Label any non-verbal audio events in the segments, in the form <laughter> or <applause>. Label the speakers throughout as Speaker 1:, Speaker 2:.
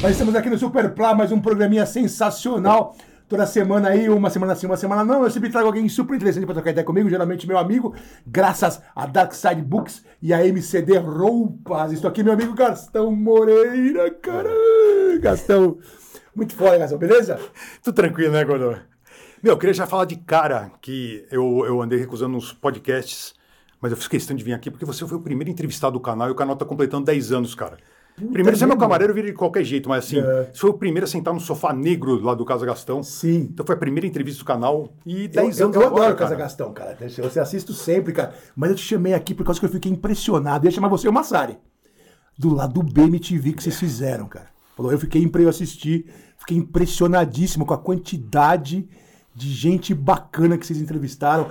Speaker 1: Mas estamos aqui no Super Plá, mais um programinha sensacional. Toda semana aí, uma semana sim, uma semana não. Eu sempre trago alguém super interessante pra trocar ideia comigo, geralmente meu amigo, graças a Darkside Books e a MCD Roupas. Estou aqui, meu amigo Gastão Moreira, cara. Gastão, muito foda, Gastão, beleza?
Speaker 2: Tudo tranquilo, né, Godô? Meu, eu queria já falar de cara que eu, eu andei recusando uns podcasts, mas eu fiz questão de vir aqui porque você foi o primeiro entrevistado do canal e o canal tá completando 10 anos, cara. Primeiro, você é meu camareiro, eu virei de qualquer jeito, mas assim,
Speaker 1: É.
Speaker 2: você foi o primeiro a sentar no sofá negro lá do Casa Gastão.
Speaker 1: Sim.
Speaker 2: Então foi a primeira entrevista do canal e
Speaker 1: Eu,
Speaker 2: 10
Speaker 1: eu,
Speaker 2: anos
Speaker 1: eu
Speaker 2: agora,
Speaker 1: adoro Casa
Speaker 2: cara.
Speaker 1: Gastão, cara. Você assisto sempre, cara. Mas eu te chamei aqui por causa que eu fiquei impressionado. Eu ia chamar você e o Massari. Do lado do BMTV que vocês fizeram, cara. Falou, eu fiquei impre... eu assisti, fiquei impressionadíssimo com a quantidade de gente bacana que vocês entrevistaram.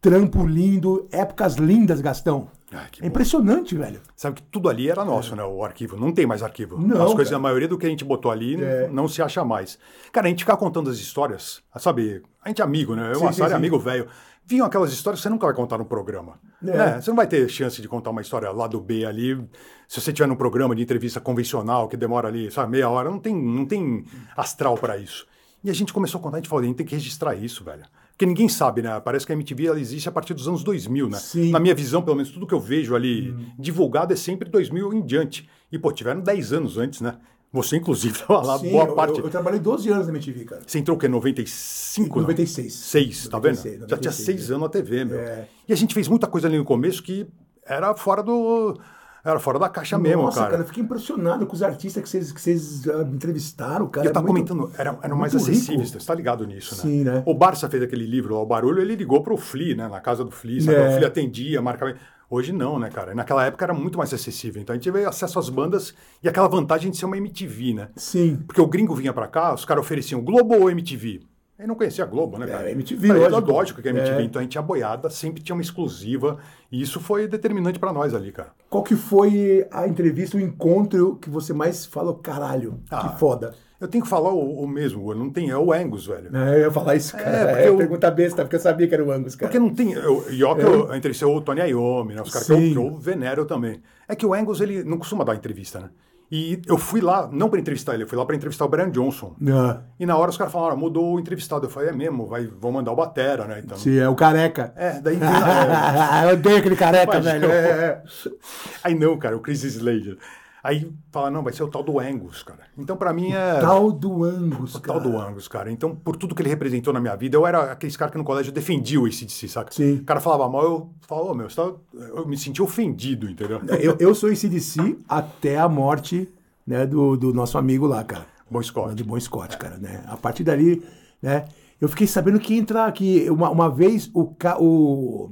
Speaker 1: Trampo lindo, épocas lindas, Gastão.
Speaker 2: Ah, que
Speaker 1: é
Speaker 2: bom.
Speaker 1: impressionante, velho.
Speaker 2: Sabe que tudo ali era nosso, né? O arquivo. Não tem mais arquivo.
Speaker 1: É. Não,
Speaker 2: as coisas,
Speaker 1: cara.
Speaker 2: a maioria do que a gente botou ali n-
Speaker 1: É.
Speaker 2: não se acha mais. Cara, a gente ficar contando as histórias, ah, sabe? A gente é amigo, né? Eu,
Speaker 1: Sim,
Speaker 2: uma
Speaker 1: sim,
Speaker 2: série,
Speaker 1: sim.
Speaker 2: amigo velho. Vinham aquelas histórias que você nunca vai contar no programa.
Speaker 1: É.
Speaker 2: né? Você não vai ter chance de contar uma história lá do B ali. Se você tiver num programa de entrevista convencional que demora ali, sabe, meia hora, não tem, não tem astral pra isso. E a gente começou a contar, a gente falou, a gente tem que registrar isso, velho. Porque ninguém sabe, né? Parece que a MTV ela existe a partir dos anos 2000, né?
Speaker 1: Sim. Hum.
Speaker 2: Na minha visão, pelo menos tudo que eu vejo ali divulgado é sempre 2000 em diante. E, pô, tiveram 10 anos antes, né? Você, inclusive, <laughs> estava lá
Speaker 1: Sim,
Speaker 2: boa
Speaker 1: eu,
Speaker 2: parte.
Speaker 1: Eu, eu trabalhei 12 anos na MTV, cara.
Speaker 2: Você entrou o quê? 95?
Speaker 1: 96.
Speaker 2: 6, tá vendo?
Speaker 1: 96,
Speaker 2: Já tinha
Speaker 1: 96,
Speaker 2: 6 anos na TV, meu.
Speaker 1: É.
Speaker 2: E a gente fez muita coisa ali no começo que era fora do... Era fora da caixa É mesmo,
Speaker 1: Nossa,
Speaker 2: cara.
Speaker 1: cara. eu fiquei impressionado com os artistas que vocês, que vocês ah, entrevistaram, cara.
Speaker 2: Eu tava
Speaker 1: É muito-
Speaker 2: comentando, eram, eram mais
Speaker 1: muito
Speaker 2: acessíveis,
Speaker 1: rico.
Speaker 2: você tá ligado nisso, né?
Speaker 1: Sim, né?
Speaker 2: O Barça fez aquele livro lá, o Barulho, ele ligou pro Fli, né? Na casa do Fli, sabe?
Speaker 1: É.
Speaker 2: O Fli atendia, marcava. Hoje não, né, cara? Naquela época era muito mais acessível. Então a gente teve acesso às bandas e aquela vantagem de ser uma MTV, né?
Speaker 1: Sim.
Speaker 2: Porque o gringo vinha pra cá, os caras ofereciam Globo ou MTV. Aí não conhecia a Globo, né, cara?
Speaker 1: É, MTV,
Speaker 2: Aí era
Speaker 1: lógico.
Speaker 2: lógico que é MTV.
Speaker 1: É.
Speaker 2: Então a gente, a boiada, sempre tinha uma exclusiva. E isso foi determinante pra nós ali, cara.
Speaker 1: Qual que foi a entrevista, o encontro que você mais falou, caralho,
Speaker 2: Ah.
Speaker 1: que foda?
Speaker 2: Eu tenho que falar o, o mesmo, não tem, é o Angus, velho.
Speaker 1: É, eu ia falar isso, cara.
Speaker 2: porque
Speaker 1: É,
Speaker 2: eu-
Speaker 1: pergunta besta, porque eu sabia que era o Angus, cara.
Speaker 2: Porque não tem. Eu, e ó, que eu entrevistei o Tony Iommi, né? Os caras que eu,
Speaker 1: É. Sim.
Speaker 2: que eu venero também. É que o Angus, ele não costuma dar entrevista, né? E eu fui lá, não para entrevistar ele, eu fui lá para entrevistar o Brian Johnson.
Speaker 1: Ah,
Speaker 2: E na hora os caras falaram, "Ah, mudou o entrevistado. Eu falei, é mesmo, vai, vão mandar o Batera, né? Então.
Speaker 1: sim, é o careca.
Speaker 2: É, daí. é,
Speaker 1: <laughs> eu odeio aquele careca,
Speaker 2: Imagina.
Speaker 1: velho. É, é.
Speaker 2: aí não, cara, o Chris Slater. Aí fala, não, vai ser o tal do Angus, cara. Então, para mim é.
Speaker 1: Tal do Angus,
Speaker 2: O tal
Speaker 1: cara.
Speaker 2: do Angus, cara. Então, por tudo que ele representou na minha vida, eu era aqueles caras que no colégio defendia o ACDC, saca?
Speaker 1: Sim.
Speaker 2: O cara falava mal, eu falava, "Ô, meu, você tá... eu me senti
Speaker 1: <laughs>
Speaker 2: ofendido, entendeu?
Speaker 1: Eu, eu sou esse DC até a morte né, do, do nosso amigo lá, cara.
Speaker 2: Bom Scott.
Speaker 1: de Bom Scott, cara, né? A partir dali, né? Eu fiquei sabendo que entrar que uma, uma vez o, ca- o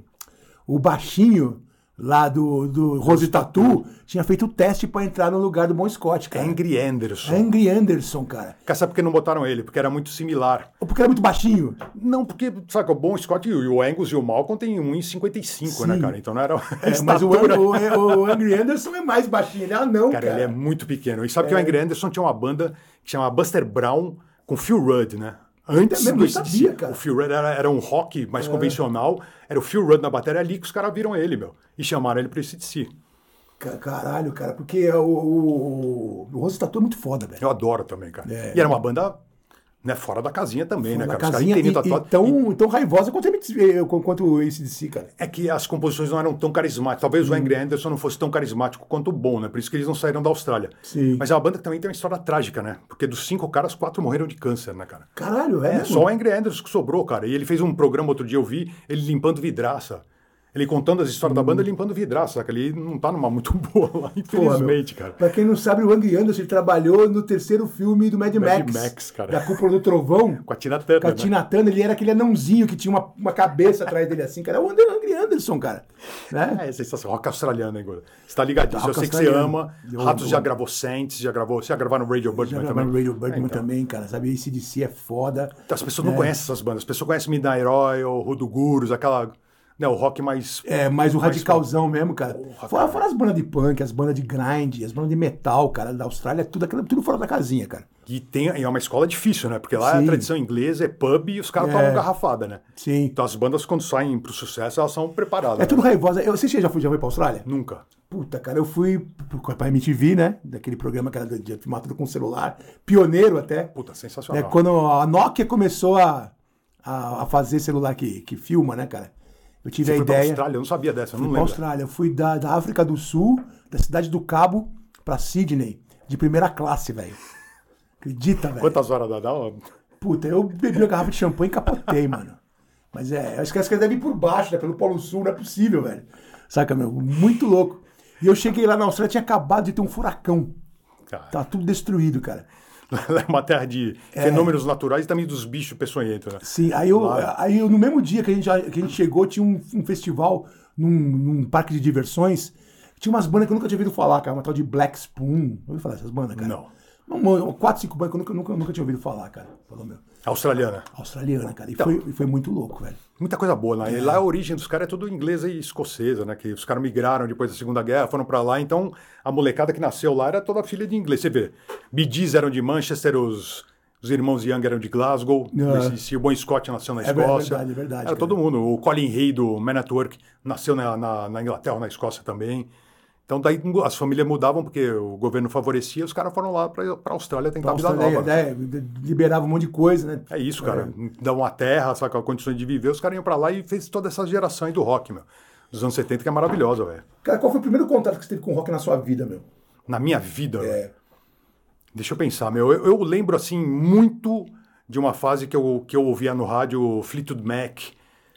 Speaker 1: o baixinho lá do, do Rose Tatu tinha feito o teste pra entrar no lugar do Bom Scott, cara.
Speaker 2: Angry Anderson.
Speaker 1: Angry Anderson, cara.
Speaker 2: Cara, sabe por que não botaram ele? Porque era muito similar.
Speaker 1: Porque era muito baixinho.
Speaker 2: Não, porque, saca, o Bom Scott e o e o Angus e o Malcolm um tem 1,55, né,
Speaker 1: Sim.
Speaker 2: cara? Então não era.
Speaker 1: É,
Speaker 2: <laughs>
Speaker 1: mas o, Ang- o- o Angry Anderson é mais baixinho, ele é anão, cara. É.
Speaker 2: Cara, ele é muito pequeno. E sabe que o Angry Anderson tinha uma banda que chamava Buster Brown com Phil Rudd, né? Antes
Speaker 1: mesmo,
Speaker 2: do
Speaker 1: eu sabia,
Speaker 2: AC/DC.
Speaker 1: cara. É.
Speaker 2: O Phil Rudd era, era um rock mais convencional. Era o Phil Rudd na bateria ali que os caras viram ele, meu. E chamaram ele pro ACDC.
Speaker 1: Ca- Caralho, cara, porque é o, o, o Rose Tatu é muito foda, velho.
Speaker 2: Eu adoro também, cara. E era uma banda né, fora da casinha também, né,
Speaker 1: Na
Speaker 2: cara?
Speaker 1: É. casinha e,
Speaker 2: inteirinho
Speaker 1: e então,
Speaker 2: tatuado.
Speaker 1: tão, tão raivosa quanto, ele- quanto o ACDC, cara.
Speaker 2: É que as composições não eram tão carismáticas. Talvez o
Speaker 1: Hum.
Speaker 2: Angry Anderson não fosse tão carismático quanto o Bon, né? Por isso que eles não saíram da Austrália.
Speaker 1: Sim.
Speaker 2: Mas é uma banda que também tem uma história trágica, né? Porque dos cinco caras, quatro morreram de câncer, né, cara?
Speaker 1: Caralho, é.
Speaker 2: É só o Angry Anderson que sobrou, cara. E ele fez um programa outro dia, eu vi, ele limpando vidraça. Ele contando as histórias da
Speaker 1: Hum.
Speaker 2: banda limpando vidraça, saca? Ele não tá numa muito <laughs> boa lá,
Speaker 1: Porra, meu.
Speaker 2: infelizmente, cara.
Speaker 1: Pra quem não sabe, o Angry Anderson ele trabalhou no terceiro filme do Mad,
Speaker 2: Mad
Speaker 1: Max.
Speaker 2: Max, cara.
Speaker 1: Da Cúpula do Trovão.
Speaker 2: <laughs> Com a Tina Turner,
Speaker 1: Com a
Speaker 2: né?
Speaker 1: Tina Turner, ele era aquele anãozinho que tinha uma, uma cabeça atrás dele assim, cara. É o Ander- Angry Anderson, cara. Né?
Speaker 2: É, é sensação. Rock australiano, hein, Gordo? Você tá ligadinho.
Speaker 1: Rock
Speaker 2: eu sei que você
Speaker 1: australiano.
Speaker 2: ama.
Speaker 1: Eu
Speaker 2: Ratos
Speaker 1: adoro.
Speaker 2: já gravou Saints, já gravou. Você já gravaram
Speaker 1: Já
Speaker 2: Radio Birdman
Speaker 1: gravava
Speaker 2: também?
Speaker 1: no Radio Birdman
Speaker 2: É, então.
Speaker 1: também, cara. Sabe, esse DC é foda.
Speaker 2: As pessoas
Speaker 1: É.
Speaker 2: não conhecem essas bandas. As pessoas conhecem Midnight Royal, Rudo Gurus, aquela. Né, o rock mais.
Speaker 1: É, mas o
Speaker 2: mais-
Speaker 1: radicalzão mesmo, cara.
Speaker 2: Porra,
Speaker 1: Fora,
Speaker 2: cara.
Speaker 1: é fora as bandas de punk, as bandas de grind, as bandas de metal, cara, da Austrália, tudo, aquilo, tudo fora da casinha, cara.
Speaker 2: E tem, e é uma escola difícil, né? Porque lá
Speaker 1: Sim.
Speaker 2: a tradição inglesa é pub e os caras
Speaker 1: É.
Speaker 2: tomam garrafada, né?
Speaker 1: Sim.
Speaker 2: Então as bandas, quando saem pro sucesso, elas são preparadas.
Speaker 1: É tudo
Speaker 2: né?
Speaker 1: raivosa. Eu, você já foi, já foi pra Austrália?
Speaker 2: Nunca.
Speaker 1: Puta, cara, eu fui pro- pra MTV, né? Daquele programa que era de de filmar tudo com celular. Pioneiro até.
Speaker 2: Puta,
Speaker 1: né?
Speaker 2: sensacional.
Speaker 1: Quando a Nokia começou a, a, a fazer celular que, que filma, né, cara? Eu tive a
Speaker 2: Fui pra
Speaker 1: ideia.
Speaker 2: Austrália, eu não sabia dessa, eu não
Speaker 1: Fui pra
Speaker 2: lembro.
Speaker 1: Austrália. Eu fui da, da África do Sul, da cidade do Cabo, pra Sydney, de primeira classe, velho. Acredita, velho?
Speaker 2: Quantas horas dá? dá ó?
Speaker 1: Puta, eu bebi uma garrafa de champanhe e capotei, mano. Mas é, eu esqueci que deve ir por baixo, né? Pelo Polo Sul, não é possível, velho. Saca, meu? Muito louco. E eu cheguei lá na Austrália, tinha acabado de ter um furacão.
Speaker 2: Cara, <laughs>
Speaker 1: Tá tudo destruído, cara.
Speaker 2: Lá é uma terra de fenômenos naturais e também dos bichos peçonhentos, né?
Speaker 1: Sim, aí eu, aí eu- no mesmo dia que a gente, que a gente chegou, tinha um, um festival num, num parque de diversões. Tinha umas bandas que eu nunca tinha ouvido falar, cara. Uma tal de Black Spoon. Ouviu falar dessas bandas, cara?
Speaker 2: Não.
Speaker 1: Uma- uma- quatro, cinco bandas que eu nunca, nunca, nunca tinha ouvido falar, cara. Falou, meu.
Speaker 2: Australiana.
Speaker 1: Australiana, cara. E, foi, e foi muito louco, velho.
Speaker 2: Muita coisa boa lá. E lá a origem dos caras é tudo inglesa e escocesa, né? Que os caras migraram depois da Segunda Guerra, foram pra lá. Então, a molecada que nasceu lá era toda filha de inglês. Você vê, Bidis eram de Manchester, os, os irmãos Young eram de Glasgow,
Speaker 1: É.
Speaker 2: se o Bon Scott nasceu na
Speaker 1: ver- é
Speaker 2: Escócia.
Speaker 1: verdade, é verdade,
Speaker 2: Era
Speaker 1: cara.
Speaker 2: todo mundo. O Colin Hay do Man at Work nasceu na, na, na Inglaterra, na Escócia também. Então, daí as famílias mudavam porque o governo favorecia, os caras foram lá pra, pra Austrália tentar vida
Speaker 1: Austrália,
Speaker 2: Tá nova.
Speaker 1: né, liberava um monte de coisa, né?
Speaker 2: É isso, cara. Dá uma terra, saca? Condições de viver. Os caras iam pra lá e fez toda essa geração aí do rock, meu. Dos anos 70, que é maravilhosa, velho.
Speaker 1: Cara, qual foi o primeiro contato que você teve com rock na sua vida, meu?
Speaker 2: Na minha vida, velho.
Speaker 1: É.
Speaker 2: Deixa eu pensar, meu. Eu, eu lembro, assim, muito de uma fase que eu, que eu ouvia no rádio Fleetwood Mac,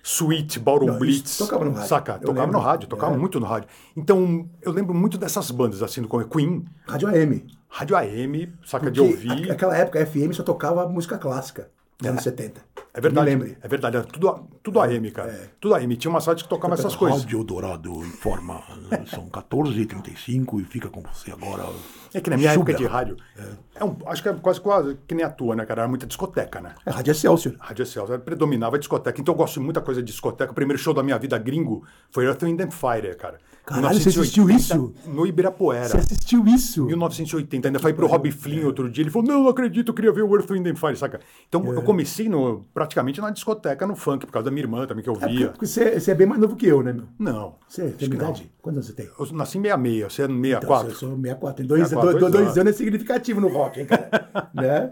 Speaker 2: Sweet, Bottle
Speaker 1: Não,
Speaker 2: Blitz.
Speaker 1: isso tocava no rádio.
Speaker 2: Saca?
Speaker 1: Eu
Speaker 2: Tocava
Speaker 1: lembro.
Speaker 2: no rádio, tocava
Speaker 1: É.
Speaker 2: muito no rádio. Então, eu lembro muito dessas bandas, assim, do começo. Queen,
Speaker 1: Rádio AM.
Speaker 2: Rádio AM, saca? de
Speaker 1: Porque
Speaker 2: ouvir.
Speaker 1: a- Aquela época, a FM só tocava música clássica, nos anos 70.
Speaker 2: É verdade.
Speaker 1: Me lembre. É.
Speaker 2: É verdade. Era tudo, tudo AM, cara. Tudo AM. Tinha uma sorte que tocava essas coisas.
Speaker 3: Rádio Dourado informa, são 14h35 e fica com você agora.
Speaker 2: É que na minha
Speaker 1: Sugar.
Speaker 2: época de rádio, é um- acho que é quase, quase que nem a tua, né, cara? Era muita discoteca, né?
Speaker 1: É Rádio Excelsior.
Speaker 2: A Rádio Excelsior era- predominava a discoteca. Então eu gosto de muita coisa de discoteca. O primeiro show da minha vida gringo foi Earth, Wind and Fire, cara.
Speaker 1: Caralho, você assistiu
Speaker 2: 1980, No Ibirapuera.
Speaker 1: Você assistiu isso?
Speaker 2: 1980, ainda falei pro Rob Flynn outro dia, ele falou, não, não acredito, eu queria ver o Earth, Wind and Fire, saca? Então
Speaker 1: É.
Speaker 2: eu comecei no, praticamente na discoteca, no funk, por causa da minha irmã também, que eu
Speaker 1: É porque,
Speaker 2: via.
Speaker 1: porque você, você é bem mais novo que eu, né, meu?
Speaker 2: Não,
Speaker 1: Você tem minha idade? Quantos anos você tem?
Speaker 2: eu nasci em 66, você é
Speaker 1: Então,
Speaker 2: 64.
Speaker 1: Eu sou 64. Tem dois,
Speaker 2: 64,
Speaker 1: dois, dois,
Speaker 2: dois
Speaker 1: anos é significativo no rock, hein, cara? <laughs> né?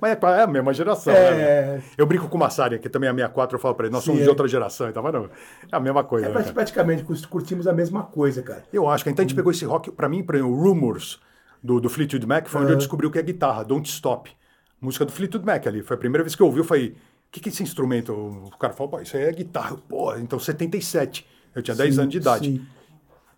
Speaker 2: Mas é, quase- é a mesma geração,
Speaker 1: É.
Speaker 2: né? meu? Eu brinco com o Massari, que também é 64, eu falo pra ele, nós
Speaker 1: Sim,
Speaker 2: somos
Speaker 1: é.
Speaker 2: de outra geração, então, mas não, é a mesma coisa,
Speaker 1: É
Speaker 2: né,
Speaker 1: pra-
Speaker 2: cara?
Speaker 1: praticamente, cus- curtimos a mesma coisa, cara.
Speaker 2: Eu acho que então a gente pegou esse rock, pra mim, por exemplo, o Rumors, do, do Fleetwood Mac, foi onde eu descobri o que é guitarra, Don't Stop. Música do Fleetwood Mac ali, foi a primeira vez que eu ouvi, eu falei, o que, que é esse instrumento? O cara falou, pô, isso aí é guitarra. Eu, Pô, então 77, eu tinha 10
Speaker 1: Sim,
Speaker 2: anos de idade.
Speaker 1: sim.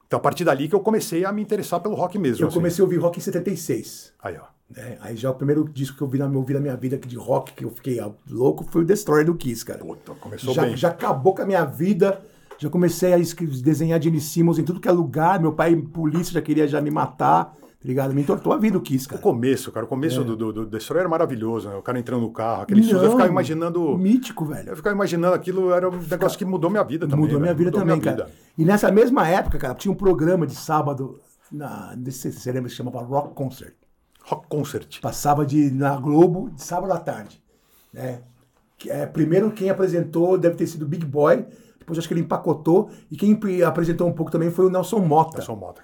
Speaker 2: Então a partir dali que eu comecei a me interessar pelo rock mesmo.
Speaker 1: Eu
Speaker 2: assim.
Speaker 1: comecei a ouvir rock em 76.
Speaker 2: Aí, ó.
Speaker 1: né? Aí já o primeiro disco que eu vi na, eu vi na minha vida que de rock que eu fiquei ah, louco foi o Destroyer do Kiss, cara.
Speaker 2: Puta, começou
Speaker 1: já,
Speaker 2: bem.
Speaker 1: já acabou com a minha vida. Já comecei a escre- desenhar Gene Simmons em tudo que é lugar. Meu pai, polícia, já queria já me matar, tá ligado? Me entortou a vida o Kiss, cara.
Speaker 2: Começo, cara, o começo
Speaker 1: É.
Speaker 2: do, do, do Destroyer era maravilhoso, né? O cara entrando no carro, aquele susto, eu ficava imaginando...
Speaker 1: Mítico, velho.
Speaker 2: Eu ficava imaginando aquilo, era um negócio que mudou minha vida também.
Speaker 1: mudou minha
Speaker 2: velho.
Speaker 1: vida
Speaker 2: Mudou
Speaker 1: também,
Speaker 2: minha
Speaker 1: cara.
Speaker 2: vida.
Speaker 1: E nessa mesma época, cara, tinha um programa de sábado, na, não sei se você lembra, que chamava Rock Concert.
Speaker 2: Rock concert.
Speaker 1: Passava de, na Globo de sábado à tarde. Né? Que, é, primeiro quem apresentou deve ter sido o Big Boy, depois acho que ele empacotou, e quem pre- apresentou um pouco também foi o Nelson Mota.
Speaker 2: Nelson Mota.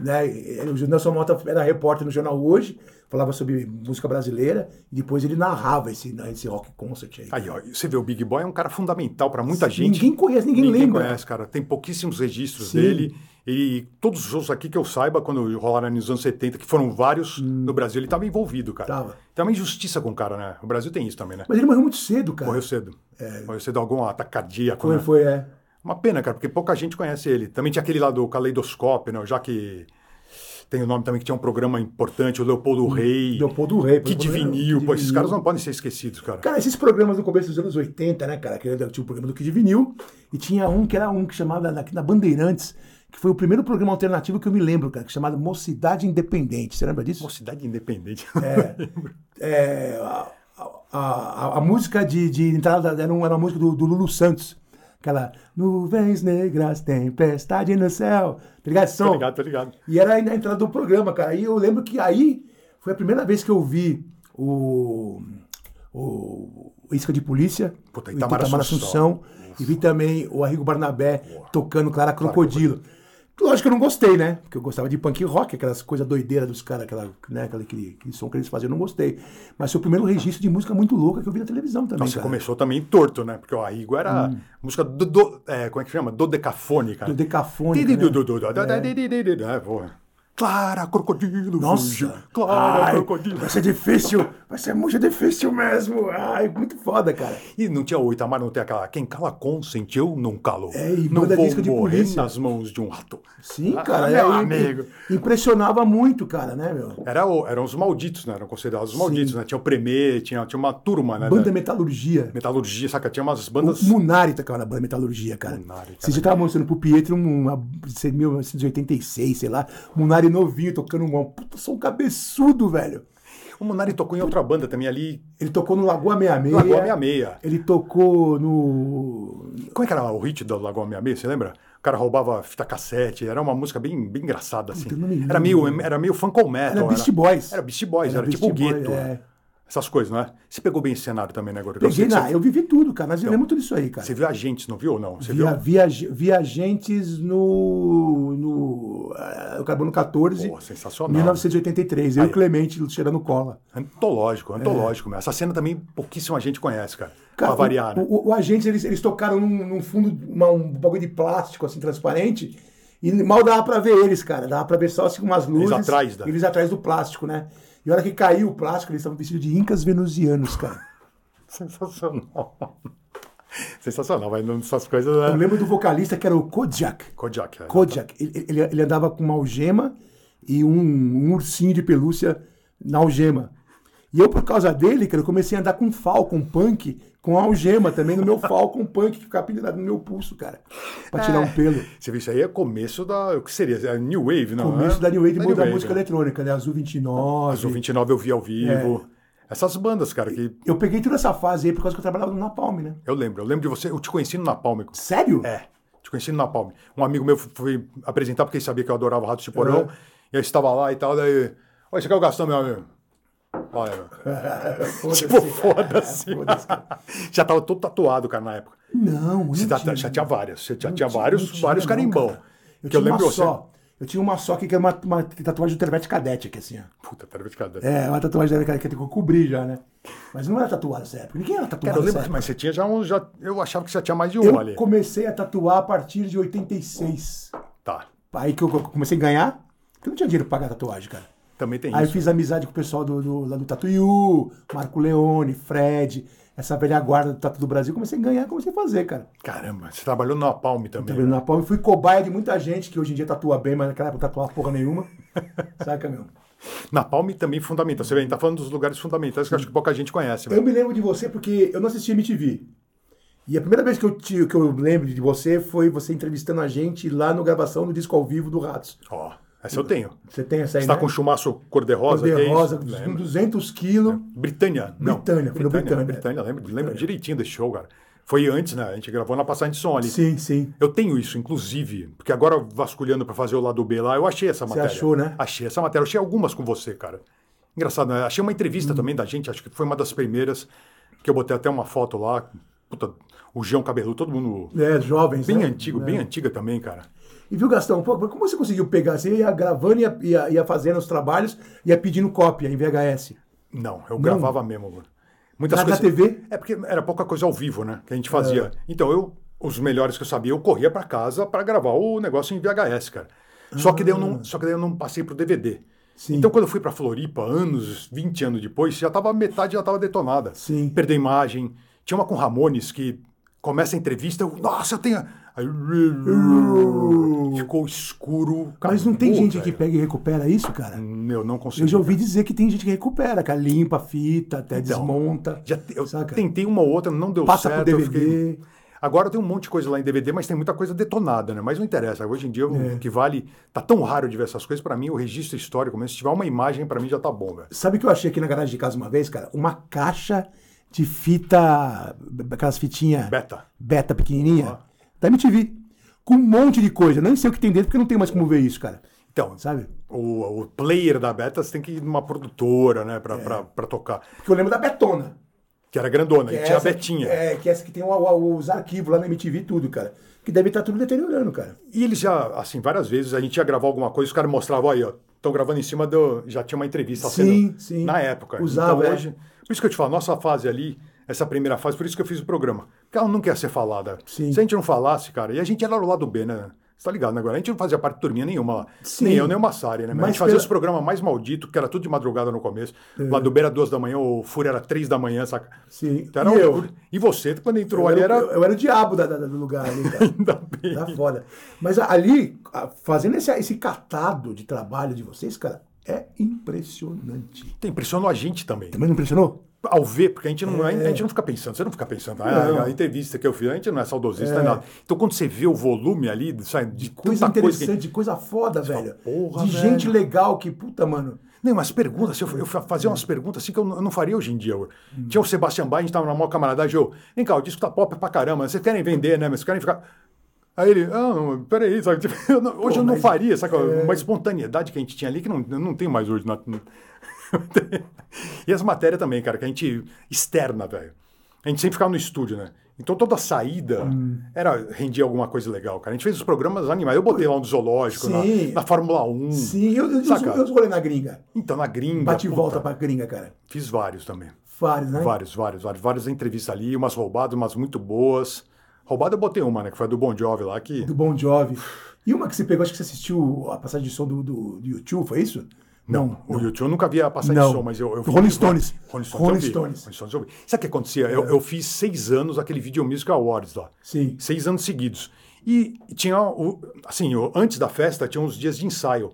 Speaker 1: né? E- e O Nelson Mota era repórter no Jornal Hoje, falava sobre música brasileira, e depois ele narrava esse, né, esse rock concert aí.
Speaker 2: Aí, ó, você vê, o Big Boy é um cara fundamental pra muita gente.
Speaker 1: Ninguém conhece, ninguém,
Speaker 2: Ninguém
Speaker 1: lembra.
Speaker 2: conhece, cara. Tem pouquíssimos registros
Speaker 1: Sim.
Speaker 2: dele. E todos os shows aqui que eu saiba, quando rolaram nos anos 70, que foram vários no Brasil, ele tava envolvido, cara.
Speaker 1: Hum. Tava.
Speaker 2: Então é uma injustiça com o cara, né? O Brasil tem isso também, né?
Speaker 1: Mas ele morreu muito cedo, cara.
Speaker 2: Morreu cedo. Morreu cedo, algum ataque cardíaco.
Speaker 1: É. Foi,
Speaker 2: né?
Speaker 1: foi, é.
Speaker 2: Uma pena, cara, porque pouca gente conhece ele. Também tinha aquele lá do Caleidoscópio, né? Já que tem o nome também que tinha um programa importante, o Leopoldo Rei.
Speaker 1: Hum, Leopoldo Rei,
Speaker 2: Que de
Speaker 1: Leopoldo Rei,
Speaker 2: vinil.
Speaker 1: Kid
Speaker 2: Pô, esses
Speaker 1: Vinil.
Speaker 2: caras não podem ser esquecidos, cara.
Speaker 1: Cara, esses programas do começo dos anos 80, né, cara? Que era- tinha o programa do Kid Vinil e tinha um que era um que chamava na, na Bandeirantes, que foi o primeiro programa alternativo que eu me lembro, cara, que chamado Mocidade Independente. Você lembra disso?
Speaker 2: Mocidade Independente. <laughs>
Speaker 1: É, a, a- a- a música de, de entrada era uma, era uma música do, do Lulu Santos. Aquela Nuvens Negras, Tempestade no Céu. Tá ligado? São,
Speaker 2: tô ligado, tô ligado.
Speaker 1: E era aí na entrada do programa, cara. E eu lembro que aí foi a primeira vez que eu vi o, o Isca de Polícia,
Speaker 2: Puta,
Speaker 1: o
Speaker 2: Itamar
Speaker 1: Assunção, e vi também o Arrigo Barnabé tocando Clara Crocodilo. Lógico que eu não gostei, né? Porque eu gostava de punk rock, aquelas coisas doideiras dos caras, aquela, né? aquele, aquele, aquele som que eles faziam, eu não gostei. Mas foi o primeiro registro de música muito louca que eu vi na televisão também.
Speaker 2: Nossa, você
Speaker 1: cara.
Speaker 2: começou também torto, né? Porque o Aigo era música do, do- é, como é que chama? Dodecafônica.
Speaker 1: Hum. Do decafônico. né?
Speaker 2: Dodecafônica. né? porra. Clara Crocodilo. fugiu.
Speaker 1: Nossa!
Speaker 2: Clara
Speaker 1: Ai,
Speaker 2: Crocodilo.
Speaker 1: Vai ser difícil! Vai ser muito difícil mesmo! Ai, muito foda, cara!
Speaker 2: E não tinha o Itamar, não tem aquela. Quem cala consente, eu não calo.
Speaker 1: É, e
Speaker 2: não
Speaker 1: manda
Speaker 2: vou
Speaker 1: disco de
Speaker 2: morrer
Speaker 1: polícia.
Speaker 2: nas mãos de um rato.
Speaker 1: Sim,
Speaker 2: Ah,
Speaker 1: cara.
Speaker 2: meu
Speaker 1: é,
Speaker 2: amigo. É
Speaker 1: Impressionava muito, cara, né, meu?
Speaker 2: Era o- eram os malditos, né? Eram considerados os malditos, né? Tinha o Premier, tinha, tinha uma turma, né?
Speaker 1: Banda
Speaker 2: da
Speaker 1: Metalurgia.
Speaker 2: metalurgia, saca? Tinha umas bandas.
Speaker 1: Munari tocava na banda Metalurgia, cara.
Speaker 2: Munari, cara.
Speaker 1: Você já tava mostrando pro Pietro um, uma, sei, 1986, sei lá. Munari novinho tocando um puta som cabeçudo, velho.
Speaker 2: O Munari tocou em outra banda também ali,
Speaker 1: Ele tocou no Lagoa 66.
Speaker 2: Lagoa Meia Meia.
Speaker 1: Ele tocou no.
Speaker 2: Como é que era o hit do Lagoa Meia Meia, você lembra? O cara roubava fita cassete, era uma música bem, bem engraçada, assim.
Speaker 1: eu não me lembro.
Speaker 2: Era meio, era meio funko metal.
Speaker 1: Era Beast Boys.
Speaker 2: Então, Era Beast Boys,
Speaker 1: Era
Speaker 2: era, tipo o
Speaker 1: Beast Boy,
Speaker 2: Gueto.
Speaker 1: é.
Speaker 2: Essas coisas, não é? Você pegou bem esse cenário também, né, Gordo? Eu sei
Speaker 1: Peguei
Speaker 2: que
Speaker 1: na.
Speaker 2: Você, Então,
Speaker 1: Eu vivi tudo, cara. Nós vivemos tudo isso aí, cara.
Speaker 2: você um- viu agentes, não viu ou não? Você
Speaker 1: Via,
Speaker 2: viu?
Speaker 1: viaj- viajentes no. no ah, acabou no 14.
Speaker 2: Pô, sensacional.
Speaker 1: 1983. Eu e
Speaker 2: Aí.
Speaker 1: o Clemente cheirando cola.
Speaker 2: Antológico, antológico mesmo. Essa cena também pouquíssima gente conhece, cara.
Speaker 1: É. Cara,
Speaker 2: pra variar,
Speaker 1: o,
Speaker 2: né?
Speaker 1: o- o agente, eles, eles tocaram num, num fundo, uma- um bagulho de plástico, assim, transparente. E mal dava pra ver eles, cara. Dava pra ver só assim, umas luzes.
Speaker 2: atrás da-
Speaker 1: Eles atrás do plástico, né? E a hora que caiu o plástico, eles estavam vestidos de incas venusianos, cara.
Speaker 2: Sensacional. <laughs> Sensacional, vai nessas coisas, né?
Speaker 1: Eu lembro do vocalista que era o Kojak.
Speaker 2: Kojak. né?
Speaker 1: Kojak, ele, ele- ele andava com uma algema e um, um ursinho de pelúcia na algema. E eu, por causa dele, cara, eu comecei a andar com um Falcon Punk, com a algema também, no meu Falcon Punk, que ficava pendurado no meu pulso, cara, pra tirar
Speaker 2: Ah.
Speaker 1: um pelo.
Speaker 2: Você viu isso aí? É começo da. O que seria? É New Wave, não?
Speaker 1: Começo
Speaker 2: é?
Speaker 1: da New Wave, da
Speaker 2: Wave,
Speaker 1: música
Speaker 2: né?
Speaker 1: eletrônica, né? Azul 29.
Speaker 2: Mas o 29 eu vi ao
Speaker 1: É.
Speaker 2: vivo. Essas bandas, cara, que
Speaker 1: Eu peguei toda essa fase aí por causa que eu trabalhava no Napalm, né?
Speaker 2: eu lembro. Eu lembro de você. Eu te conheci no Napalm.
Speaker 1: Sério?
Speaker 2: É. Te conheci no Napalm. Um amigo meu foi apresentar porque ele sabia que eu adorava Ratos de Porão.
Speaker 1: Uhum.
Speaker 2: E eu estava lá e tal. Daí. Olha, esse aqui é o Gastão, meu amigo. Olha, meu.
Speaker 1: Foda-se.
Speaker 2: tipo, foda-se.
Speaker 1: foda-se, cara.
Speaker 2: já tava todo tatuado, cara, na época.
Speaker 1: Não,
Speaker 2: Você tá-
Speaker 1: não
Speaker 2: já, já tinha várias. Você já
Speaker 1: Não
Speaker 2: tinha
Speaker 1: tinha-
Speaker 2: vários,
Speaker 1: não tinha
Speaker 2: vários
Speaker 1: não,
Speaker 2: carimbão.
Speaker 1: cara. Eu
Speaker 2: que
Speaker 1: tinha
Speaker 2: eu lembro
Speaker 1: uma
Speaker 2: você.
Speaker 1: só. Eu tinha uma só que era uma, uma tatuagem do Tervete Cadete aqui, assim, ó.
Speaker 2: Puta, tá pera, cadê?
Speaker 1: É, uma tatuagem da Tervete Cadete que eu cobri já, né? Mas não era tatuada nessa época. Ninguém é era
Speaker 2: Cara,
Speaker 1: tatuado
Speaker 2: eu
Speaker 1: nessa
Speaker 2: lembro,
Speaker 1: época.
Speaker 2: mas você tinha já um. Já, eu achava que você já tinha mais de uma ali.
Speaker 1: Eu comecei a tatuar a partir de 86.
Speaker 2: Tá.
Speaker 1: Aí que eu co- comecei a ganhar, porque eu não tinha dinheiro pra pagar tatuagem, cara.
Speaker 2: Também tem
Speaker 1: Aí eu
Speaker 2: É isso.
Speaker 1: fiz amizade com o pessoal do, do, lá do Tatuiu, Marco Leone, Fred, essa velha guarda do Tatu do Brasil. Comecei a ganhar, comecei a fazer, cara.
Speaker 2: É. Caramba, você trabalhou na Palme
Speaker 1: Tá
Speaker 2: também.
Speaker 1: vendo na palma? Fui cobaia de muita gente que hoje em dia tatua bem, mas naquela época tatuava porra nenhuma. Saca, meu?
Speaker 2: Na Palme também fundamental. Você vem, tá falando dos lugares fundamentais que eu acho que pouca gente conhece. velho.
Speaker 1: Eu me lembro de você porque eu não assistia MTV. E a primeira vez que eu, te, que eu lembro de você foi você entrevistando a gente lá no gravação do disco ao vivo do Ratos.
Speaker 2: Ó, essa eu tenho.
Speaker 1: Você tem essa aí,
Speaker 2: Você tá
Speaker 1: né?
Speaker 2: com chumaço cor-de-rosa?
Speaker 1: Cor de rosa,
Speaker 2: tem isso?
Speaker 1: com
Speaker 2: Lembro.
Speaker 1: 200 quilos.
Speaker 2: Britânia, não.
Speaker 1: Britânia, foi no
Speaker 2: Britânia,
Speaker 1: Britânia.
Speaker 2: Britânia, lembro, lembro direitinho desse show, cara. Foi antes, né? A gente gravou na passagem de som ali.
Speaker 1: Sim, sim.
Speaker 2: Eu tenho isso, inclusive, porque agora vasculhando pra fazer o lado B lá, eu achei essa matéria.
Speaker 1: achou, né?
Speaker 2: Achei essa matéria. Eu achei algumas com você, cara. Engraçado, né? Achei uma entrevista
Speaker 1: Uhum.
Speaker 2: também da gente, acho que foi uma das primeiras, que eu botei até uma foto lá. Puta, o João Cabeludo, todo mundo
Speaker 1: É, jovens,
Speaker 2: bem
Speaker 1: né?
Speaker 2: antigo, bem antiga também, cara.
Speaker 1: E viu, Gastão, pô, como você conseguiu pegar? Você ia gravando, ia, ia, ia fazendo os trabalhos, ia pedindo cópia em VHS.
Speaker 2: Não, eu gravava mesmo. mano. Muitas
Speaker 1: Na- na TV?
Speaker 2: É porque era pouca coisa ao vivo, né? Que a gente fazia.
Speaker 1: É.
Speaker 2: Então eu, os melhores que eu sabia, eu corria pra casa pra gravar o negócio em VHS, cara. Só que daí eu não, só que daí eu não passei pro DVD.
Speaker 1: Ah. Sim.
Speaker 2: Então quando eu fui pra Floripa, anos, 20 anos depois, já tava metade já tava detonada.
Speaker 1: Sim.
Speaker 2: Perdeu a imagem. Tinha uma com Ramones que começa a entrevista, eu, nossa, eu tenho. Aí, ficou escuro.
Speaker 1: Uh. Mas não tem
Speaker 2: acabou,
Speaker 1: gente que
Speaker 2: velho.
Speaker 1: pega e recupera isso, cara?
Speaker 2: Eu não consigo.
Speaker 1: Eu já ouvi dizer que tem gente que recupera, cara. Limpa a fita, até
Speaker 2: Então,
Speaker 1: desmonta.
Speaker 2: Já te- eu
Speaker 1: saca?
Speaker 2: tentei uma ou outra, não deu
Speaker 1: Passa pro
Speaker 2: certo. eu
Speaker 1: DVD.
Speaker 2: fiquei- Agora tem um monte de coisa lá em DVD, mas tem muita coisa detonada, né? Mas não interessa. Hoje em dia,
Speaker 1: É.
Speaker 2: o que vale. Tá tão raro de ver essas coisas. Pra mim, o registro histórico, mesmo se tiver uma imagem, pra mim já tá bom, velho.
Speaker 1: Sabe o que eu achei aqui na garagem de casa uma vez, cara? Uma caixa de fita. Aquelas fitinhas.
Speaker 2: Beta.
Speaker 1: Beta pequenininha. Da MTV. Com um monte de coisa. Nem sei o que tem dentro, porque não tem mais como ver isso, cara.
Speaker 2: Então,
Speaker 1: Sabe?
Speaker 2: o, o player da Beta, você tem que ir numa produtora, né,
Speaker 1: É.
Speaker 2: pra, pra, pra tocar.
Speaker 1: Porque eu lembro da Betona.
Speaker 2: Que era grandona,
Speaker 1: Que
Speaker 2: e
Speaker 1: é
Speaker 2: tinha a
Speaker 1: essa-
Speaker 2: Betinha.
Speaker 1: É, que é essa que tem o- o- os arquivos lá na MTV e tudo, cara. Que deve estar tudo deteriorando, cara.
Speaker 2: E eles já, assim, várias vezes a gente ia gravar alguma coisa, os caras mostravam aí, ó, estão gravando em cima do. Já tinha uma entrevista
Speaker 1: Sim,
Speaker 2: sendo-
Speaker 1: sim.
Speaker 2: na época.
Speaker 1: Usava, é.
Speaker 2: então hoje. Por isso que eu te falo, nossa fase ali, essa primeira fase, por isso que eu fiz o programa. Porque ela não quer ser falada.
Speaker 1: Sim.
Speaker 2: Se a gente não falasse, cara, e a gente era do lado B, né? Você tá ligado, né? Agora a gente não fazia parte de turminha nenhuma lá.
Speaker 1: Sim.
Speaker 2: Nem eu, nem o Massari, né? Mas a
Speaker 1: Mas
Speaker 2: gente fazia
Speaker 1: pela- É.
Speaker 2: os programas mais malditos, que era tudo de madrugada no começo. Lado B era duas da manhã, o Fúria era três da manhã, saca?
Speaker 1: Sim.
Speaker 2: Então era
Speaker 1: E
Speaker 2: uma
Speaker 1: eu?
Speaker 2: loucura. E você, quando entrou
Speaker 1: eu,
Speaker 2: ali,
Speaker 1: era...
Speaker 2: era.
Speaker 1: Eu, eu era o diabo da- da- do lugar ali, <laughs> cara.
Speaker 2: <laughs> Ainda bem.
Speaker 1: Tá foda. Mas a- ali, a- fazendo esse, esse catado de trabalho de vocês, cara, é impressionante.
Speaker 2: Impressionou a gente também.
Speaker 1: Também não impressionou?
Speaker 2: ao ver, porque a gente não, é- a gente não fica pensando, você não fica pensando, ah,
Speaker 1: Não.
Speaker 2: a entrevista que eu fiz, a gente não é saudosista, não é nada. Então quando você vê o volume ali, sabe, de
Speaker 1: Coisa
Speaker 2: tanta coisa. que-
Speaker 1: interessante, coisa foda, velho.
Speaker 2: porra,
Speaker 1: de
Speaker 2: velho.
Speaker 1: gente legal que, puta, mano.
Speaker 2: Não, umas perguntas, eu, eu fazia umas perguntas assim que eu não, eu não faria hoje em dia. eu-
Speaker 1: Hum.
Speaker 2: Tinha o Sebastião Bach, a gente tava na maior camaradagem, eu, vem cá, o disco tá pop pra caramba, vocês querem vender, né, mas vocês querem ficar... Aí ele, ah, não, peraí, sabe? tipo, <laughs> eu não- hoje eu não
Speaker 1: mas- é.
Speaker 2: faria, sabe? Uma espontaneidade que a gente tinha ali que não, não tem mais hoje. na- <laughs> e as matérias também, cara, que a gente externa, velho. A gente sempre ficava no estúdio, né? Então toda saída
Speaker 1: Hum.
Speaker 2: era rendia alguma coisa legal, cara. A gente fez os programas animais. Eu botei lá um do zoológico, na,
Speaker 1: Sim.
Speaker 2: na Fórmula 1.
Speaker 1: Sim, eu, eu,
Speaker 2: Hum. Saca?
Speaker 1: eu, eu rolei na gringa.
Speaker 2: Então, na gringa.
Speaker 1: Bate e
Speaker 2: puta,
Speaker 1: volta pra gringa, cara.
Speaker 2: Fiz vários também.
Speaker 1: Vários, né?
Speaker 2: Vários, vários, vários. Várias entrevistas ali, umas roubadas, umas muito boas. Roubada eu botei uma, né? Que foi a do Bon Jovi lá, que...
Speaker 1: Do Bon Jovi. E uma que você pegou, acho que você assistiu a passagem de som do, do, do YouTube, foi isso? Não.
Speaker 2: O YouTube eu nunca via passar
Speaker 1: Não.
Speaker 2: de som, mas eu, eu vi.
Speaker 1: Rolling Stones.
Speaker 2: Rolling Stones.
Speaker 1: Rolling
Speaker 2: eu vi.
Speaker 1: Stones.
Speaker 2: Rolling Stones eu vi. Sabe o que acontecia? Eu, eu fiz seis anos aquele Video Music Awards lá.
Speaker 1: Sim.
Speaker 2: Seis anos seguidos. E tinha o. Assim, o- antes da festa tinha uns dias de ensaio.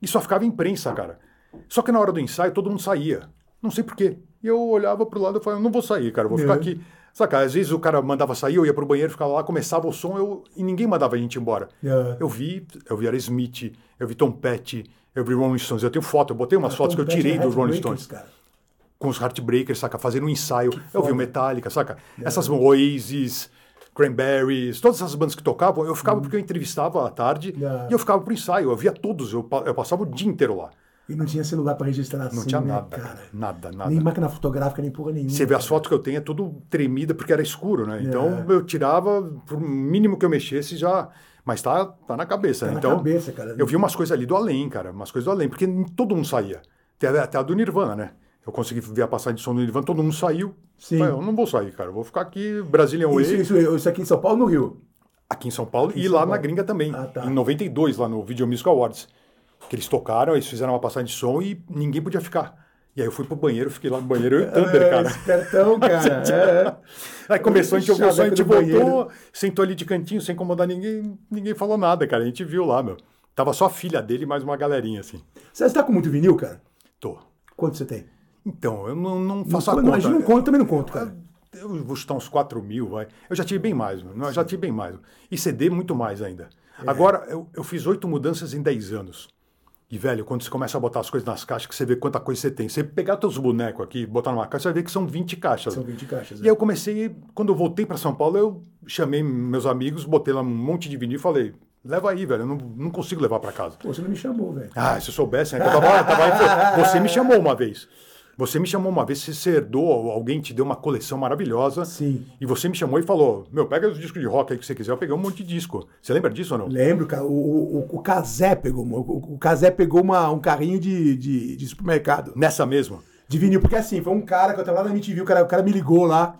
Speaker 2: E só ficava imprensa, cara. Só que na hora do ensaio todo mundo saía. Não sei por quê. E eu olhava pro lado e falava, não vou sair, cara, eu vou ficar
Speaker 1: É.
Speaker 2: aqui. Saca, às vezes o cara mandava sair, eu ia pro banheiro, ficava lá, começava o som eu, e ninguém mandava a gente embora.
Speaker 1: É.
Speaker 2: Eu vi, eu vi Aerosmith, eu vi Tom Petty, eu vi Rolling Stones. Eu tenho foto, eu botei umas fotos que eu
Speaker 1: Tom Petty
Speaker 2: tirei
Speaker 1: é
Speaker 2: dos Rolling
Speaker 1: Heartbreakers,
Speaker 2: Stones
Speaker 1: Cara.
Speaker 2: com os Heartbreakers, saca? Fazendo um ensaio. Eu vi o Metallica, saca?
Speaker 1: É.
Speaker 2: Essas Oasis, Cranberries, todas essas bandas que tocavam, eu
Speaker 1: Uhum.
Speaker 2: ficava porque eu entrevistava à tarde
Speaker 1: Yeah.
Speaker 2: e eu ficava pro ensaio. Eu via todos, eu, pa- eu passava o dia inteiro lá.
Speaker 1: E não tinha celular pra registrar assim,
Speaker 2: Não tinha
Speaker 1: né,
Speaker 2: nada,
Speaker 1: cara?
Speaker 2: cara. Nada, nada.
Speaker 1: Nem máquina fotográfica, nem porra nenhuma.
Speaker 2: Você vê as fotos que eu tenho, é tudo tremida porque era escuro, né? Então
Speaker 1: É.
Speaker 2: eu tirava, por mínimo que eu mexesse já. Mas tá, tá na cabeça,
Speaker 1: Tá
Speaker 2: né?
Speaker 1: na
Speaker 2: Então,
Speaker 1: cabeça, cara.
Speaker 2: eu vi umas coisas ali do além, cara. Umas coisas do além, porque todo mundo saía. Até, até a do Nirvana, né? Eu consegui ver a passagem de som do Nirvana, todo mundo saiu.
Speaker 1: Sim.
Speaker 2: Falei, "Ah, eu não vou sair, cara. Eu vou ficar aqui, Brasília
Speaker 1: Isso,
Speaker 2: Way,
Speaker 1: isso, isso aqui em São Paulo, no Rio.
Speaker 2: aqui em São Paulo
Speaker 1: em
Speaker 2: e
Speaker 1: São
Speaker 2: lá na
Speaker 1: Paulo.
Speaker 2: gringa também.
Speaker 1: Ah, tá.
Speaker 2: Em 92, lá no Video Music Awards. Que eles tocaram, eles fizeram uma passagem de som e ninguém podia ficar. E aí eu fui pro banheiro, fiquei lá no banheiro, eu e o Thunder,
Speaker 1: É,
Speaker 2: cara. <laughs>
Speaker 1: Espertão, cara. é.
Speaker 2: Aí começou, a gente ouviu o som, a gente
Speaker 1: Chaveco do
Speaker 2: voltou, sentou ali de cantinho, sem incomodar ninguém, ninguém falou nada, cara. A gente viu lá, meu. Tava só a filha dele e mais uma galerinha, assim.
Speaker 1: Você está com muito vinil, cara?
Speaker 2: Tô.
Speaker 1: Quanto você tem?
Speaker 2: Então, eu não, não faço
Speaker 1: não,
Speaker 2: a conta.
Speaker 1: Imagina, não conto, também não conto, cara.
Speaker 2: Eu vou chutar uns 4 mil, vai. Eu já tive bem mais, meu. Eu já tive bem mais. E CD, muito mais ainda.
Speaker 1: É.
Speaker 2: Agora, eu, eu fiz oito mudanças em 10 anos. E, velho, quando você começa a botar as coisas nas caixas, que você vê quanta coisa você tem. Você pegar teus bonecos aqui, botar numa caixa, você vai ver que são 20 caixas.
Speaker 1: São 20 caixas. é.
Speaker 2: E aí eu comecei, quando eu voltei para São Paulo, eu chamei meus amigos, botei lá um monte de vinil e falei, leva aí, velho, eu não, não consigo levar para casa.
Speaker 1: Pô, você não me chamou, velho.
Speaker 2: Ah, se eu soubesse, né? que Eu tava, tava aí,
Speaker 1: <laughs>
Speaker 2: pô, você me chamou uma vez. Você me chamou uma vez, você- você herdou, alguém te deu uma coleção maravilhosa.
Speaker 1: Sim.
Speaker 2: E você me chamou e falou: Meu, pega os discos de rock aí que você quiser. Eu peguei um monte de disco. Você lembra disso ou não?
Speaker 1: Lembro, cara. O, o, o Kazé pegou, uma- o, o Kazé pegou uma, um carrinho de, de, de supermercado.
Speaker 2: Nessa mesma.
Speaker 1: De vinil, porque assim, foi um cara que eu tava lá na MTV, o cara, o cara me ligou lá,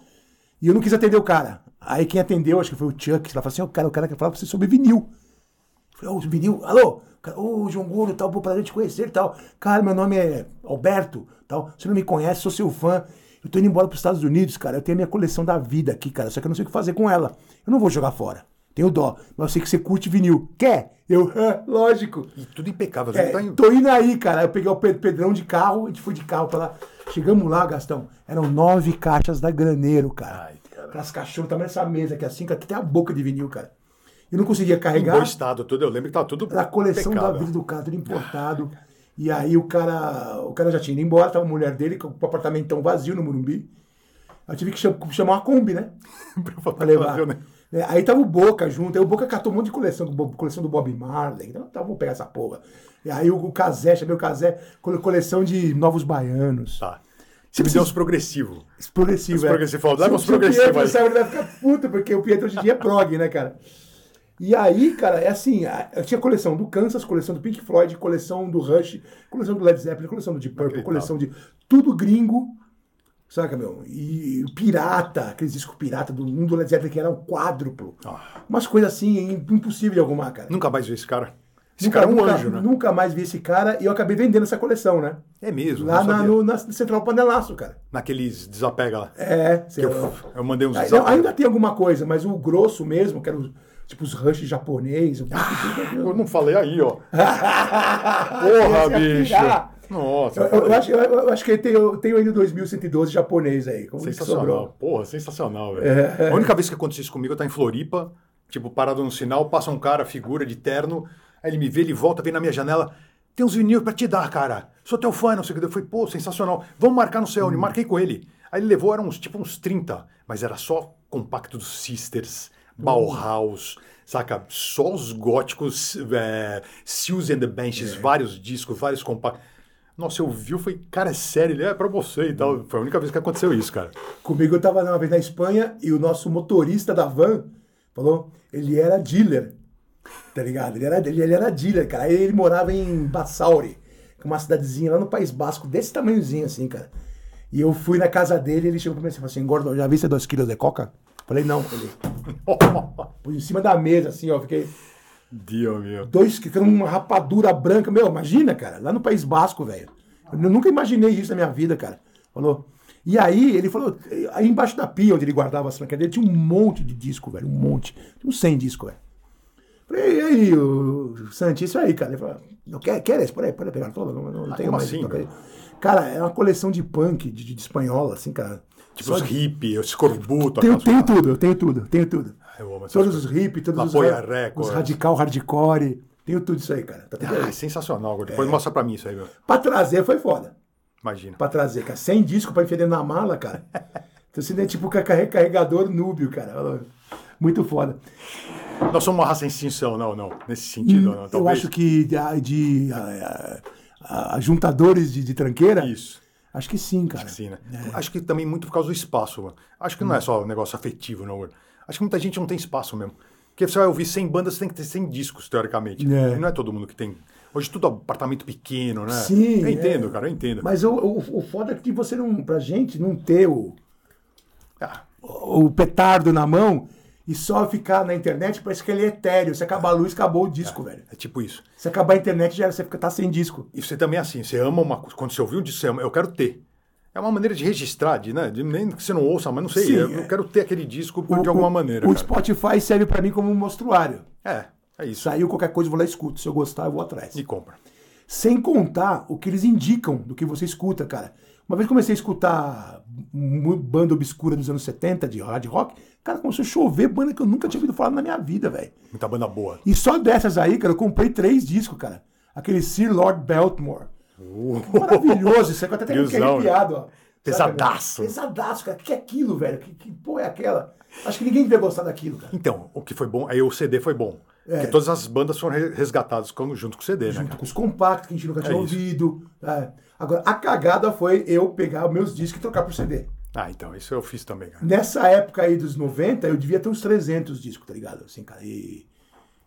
Speaker 1: e eu não quis atender o cara. Aí quem atendeu, acho que foi o Chuck, ela falou assim, o cara, o cara que falava pra você sobre vinil. Eu falei, ô, vinil, alô? O cara, Ô, João Gordo, tal, pô, prazer te conhecer e tal. Cara, meu nome é Alberto, tal, você não me conhece, sou seu fã. Eu tô indo embora pros Estados Unidos, cara, eu tenho a minha coleção da vida aqui, cara, só que eu não sei o que fazer com ela. Eu não vou jogar fora. Tenho dó, mas eu sei que você curte vinil. Quer? Eu, <laughs> "Hã, lógico.
Speaker 2: E tudo impecável.
Speaker 1: É,
Speaker 2: não tá em-
Speaker 1: tô indo aí, cara. Eu peguei o Pe- Pedrão de carro, a gente foi de carro pra lá. Chegamos lá, Gastão. Eram nove caixas da Graneiro, cara.
Speaker 2: Ai, cara.
Speaker 1: Aquelas caixonas, tamanho dessa mesa aqui assim, cara, que tem a boca de vinil, cara. Eu não conseguia
Speaker 2: Em bom
Speaker 1: carregar.
Speaker 2: estado, tudo. Eu lembro que tava tudo.
Speaker 1: Era a coleção da
Speaker 2: <laughs>
Speaker 1: vida do cara, tudo importado. E aí o cara, o cara já tinha ido embora, tava a mulher dele, com o apartamentão vazio no Murumbi. Eu tive que cham- chamar uma Kombi, né?
Speaker 2: do.
Speaker 1: Pra levar. É, aí tava o Boca junto, aí o Boca catou um monte de coleção, bo- coleção do Bob Marley. Então, tá, vou pegar essa porra. E aí o, o Cazé, chamei o Cazé, cole- coleção de novos baianos. Você
Speaker 2: Tá. Você me deu
Speaker 1: precisa-
Speaker 2: uns progressivos.
Speaker 1: Progressivo,
Speaker 2: Os
Speaker 1: é.
Speaker 2: progressivos, falou, leva
Speaker 1: Se-
Speaker 2: os
Speaker 1: se o
Speaker 2: progressivos
Speaker 1: Pietro
Speaker 2: aí.
Speaker 1: sabe, ele vai ficar puto, porque o Pietro hoje em dia é prog, né, cara? E aí, cara, é assim, a- eu tinha coleção do Kansas, coleção do Pink Floyd, coleção do Rush, coleção do Led Zeppelin, coleção do Deep Purple,
Speaker 2: Inacreditável.
Speaker 1: coleção de tudo gringo, saca, meu? E pirata, aqueles discos pirata do mundo do Led Zeppelin, que era um quádruplo.
Speaker 2: Ah.
Speaker 1: Umas coisas assim, impossível de arrumar, cara.
Speaker 2: Nunca mais vi esse cara. Esse
Speaker 1: Nunca-
Speaker 2: cara é um
Speaker 1: nunca-
Speaker 2: anjo, né?
Speaker 1: Nunca mais vi esse cara e eu acabei vendendo essa coleção, né?
Speaker 2: É mesmo.
Speaker 1: Lá
Speaker 2: não
Speaker 1: na,
Speaker 2: sabia.
Speaker 1: no, na Central Panelaço, cara.
Speaker 2: Naqueles desapega lá.
Speaker 1: É,
Speaker 2: Que eu,
Speaker 1: você-
Speaker 2: eu mandei uns
Speaker 1: Aí, não,
Speaker 2: desapega.
Speaker 1: ainda tem alguma coisa, mas o grosso mesmo, que era os, tipo os rush
Speaker 2: <laughs>
Speaker 1: japonês. o-
Speaker 2: Eu não falei aí, ó.
Speaker 1: Esse
Speaker 2: Porra,
Speaker 1: ia
Speaker 2: bicho.
Speaker 1: pirar.
Speaker 2: Nossa.
Speaker 1: Eu, eu- eu acho, eu, eu acho que eu tenho, eu tenho ainda o 2112 japonês aí. Como que
Speaker 2: Sensacional.
Speaker 1: sobrou?
Speaker 2: Porra, sensacional, velho. A única vez que aconteceu isso comigo, eu tá em Floripa, tipo, parado no sinal, passa um cara, figura de terno, aí ele me vê, ele volta, vem na minha janela, tem uns vinil pra te dar, cara. Sou teu fã, não sei o que. Eu falei, pô, sensacional. Vamos marcar no céu. Eu Marquei com ele. Aí ele levou, eram uns, tipo uns 30, mas era só compacto dos Sisters, Bauhaus, saca? Só os góticos, é, Seals and the Benches, vários discos, vários compactos. Nossa, eu vi, eu falei, cara, é sério, ele é pra você e tal. Foi a única vez que aconteceu isso, cara.
Speaker 1: Comigo eu tava uma vez na Espanha e o nosso motorista da van falou, ele era dealer. Tá ligado? Ele era, ele, ele era dealer, cara. Aí Ele morava em Basauri, que é uma cidadezinha lá no País Basco, desse tamanhozinho assim, cara. E eu fui na casa dele, ele chegou pra mim assim, falou assim, Gordon, já viste dois quilos de coca? Falei, não. Ele, Pus em cima da mesa, assim, ó. Fiquei
Speaker 2: Deus meu.
Speaker 1: dois, ficando uma rapadura branca. Meu, imagina, cara, lá no País Basco, velho. Eu nunca imaginei isso na minha vida, cara. Falou. E aí, ele falou, aí embaixo da pia onde ele guardava as franquias dele, tinha um monte de disco, velho, um monte. Tinha uns 100 discos, velho. Falei, e aí, o Santi, isso aí, cara. Ele falou, não quer, quer esse? Peraí, peraí, pegar todo, não, não, não tenho
Speaker 2: como
Speaker 1: mais.
Speaker 2: assim,
Speaker 1: então,
Speaker 2: cara?
Speaker 1: Cara, é uma coleção de punk, de, de, de espanhola, assim, cara.
Speaker 2: Tipo os hippie, os corbuto,
Speaker 1: Tenho,
Speaker 2: aquelas
Speaker 1: tenho tudo, eu tenho tudo, tenho tudo.
Speaker 2: Ah, eu amo essas
Speaker 1: todos os
Speaker 2: coisas.
Speaker 1: hip, todos os,
Speaker 2: Lapoia
Speaker 1: ra-
Speaker 2: Records.
Speaker 1: os radical, hardcore. Tenho tudo isso aí, cara. Tá tudo
Speaker 2: coisas. Ah,
Speaker 1: aí.
Speaker 2: é sensacional, Gordo. Depois mostra pra mim isso aí, meu.
Speaker 1: Pra trazer foi foda.
Speaker 2: Imagina.
Speaker 1: Pra trazer, cara. Sem disco pra enfiar na mala,
Speaker 2: <laughs>
Speaker 1: cara. Então você é tipo ca- carre- carregador núbio, cara. Muito foda.
Speaker 2: Nós somos uma raça em extinção, não, não. Nesse sentido, não.
Speaker 1: Eu
Speaker 2: Talvez.
Speaker 1: acho que de, a- de a- a- a- juntadores de, de tranqueira.
Speaker 2: Isso.
Speaker 1: Acho que sim, cara.
Speaker 2: Sim, né? Acho que também muito por causa do espaço, mano. Acho que não é só um negócio afetivo, não, Gordo. Acho que muita gente não tem espaço mesmo. Porque você vai ouvir 100 bandas, você tem que ter 100 discos, teoricamente.
Speaker 1: É.
Speaker 2: E não é todo mundo que tem. Hoje tudo é apartamento pequeno, né?
Speaker 1: Sim,
Speaker 2: Eu
Speaker 1: é.
Speaker 2: entendo, cara, eu entendo.
Speaker 1: Mas o, o, o foda é que você não. Pra gente não ter o,
Speaker 2: Ah,
Speaker 1: o petardo na mão e só ficar na internet, parece que ele é etéreo. Se acabar a luz, acabou o disco, velho.
Speaker 2: é tipo isso.
Speaker 1: Se acabar a internet, já era, você fica, tá sem disco.
Speaker 2: E você também é assim, você ama uma coisa. Quando você ouviu um disco, você ama, eu quero ter. É uma maneira de registrar, de, né? de- nem que você não ouça, mas não sei.
Speaker 1: Sim,
Speaker 2: eu,
Speaker 1: é.
Speaker 2: eu quero ter aquele disco
Speaker 1: O-
Speaker 2: de alguma
Speaker 1: o-
Speaker 2: maneira.
Speaker 1: O
Speaker 2: cara.
Speaker 1: Spotify serve pra mim como um mostruário.
Speaker 2: É, é isso.
Speaker 1: Saiu qualquer coisa, eu vou lá e escuto. Se eu gostar, eu vou atrás.
Speaker 2: E compra.
Speaker 1: Sem contar o que eles indicam do que você escuta, cara. Uma vez que comecei a escutar mu- banda obscura dos anos 70 de hard rock, cara, começou a chover banda que eu nunca tinha ouvido falar na minha vida, velho.
Speaker 2: Muita banda boa.
Speaker 1: E só dessas aí, cara, eu comprei três discos, cara. Aquele Sir Lord Beltmore. Maravilhoso, isso aí que eu até tenho que
Speaker 2: Tiozão, né?
Speaker 1: arrepiado, ó.
Speaker 2: Pesadaço.
Speaker 1: Sabe, meu? Pesadaço, cara. O que é aquilo, velho? Que, que porra é aquela? Acho que ninguém devia gostar daquilo, cara.
Speaker 2: Então, o que foi bom, aí o CD foi bom. Porque todas as bandas foram re- resgatadas com- junto com o CD, né?
Speaker 1: É. junto
Speaker 2: cara?
Speaker 1: com os compactos que a gente nunca tinha
Speaker 2: É isso.
Speaker 1: ouvido. tá? Agora, a cagada foi eu pegar os meus discos e trocar por CD.
Speaker 2: Ah, então, isso eu fiz também, cara.
Speaker 1: Nessa época aí dos 90, eu devia ter uns 300 discos, tá ligado? Assim, cara. E,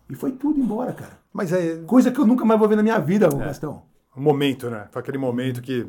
Speaker 1: e foi tudo embora, cara.
Speaker 2: Mas é
Speaker 1: Coisa que eu nunca mais vou ver na minha vida, ô Gastão.
Speaker 2: um momento, né? Foi aquele momento que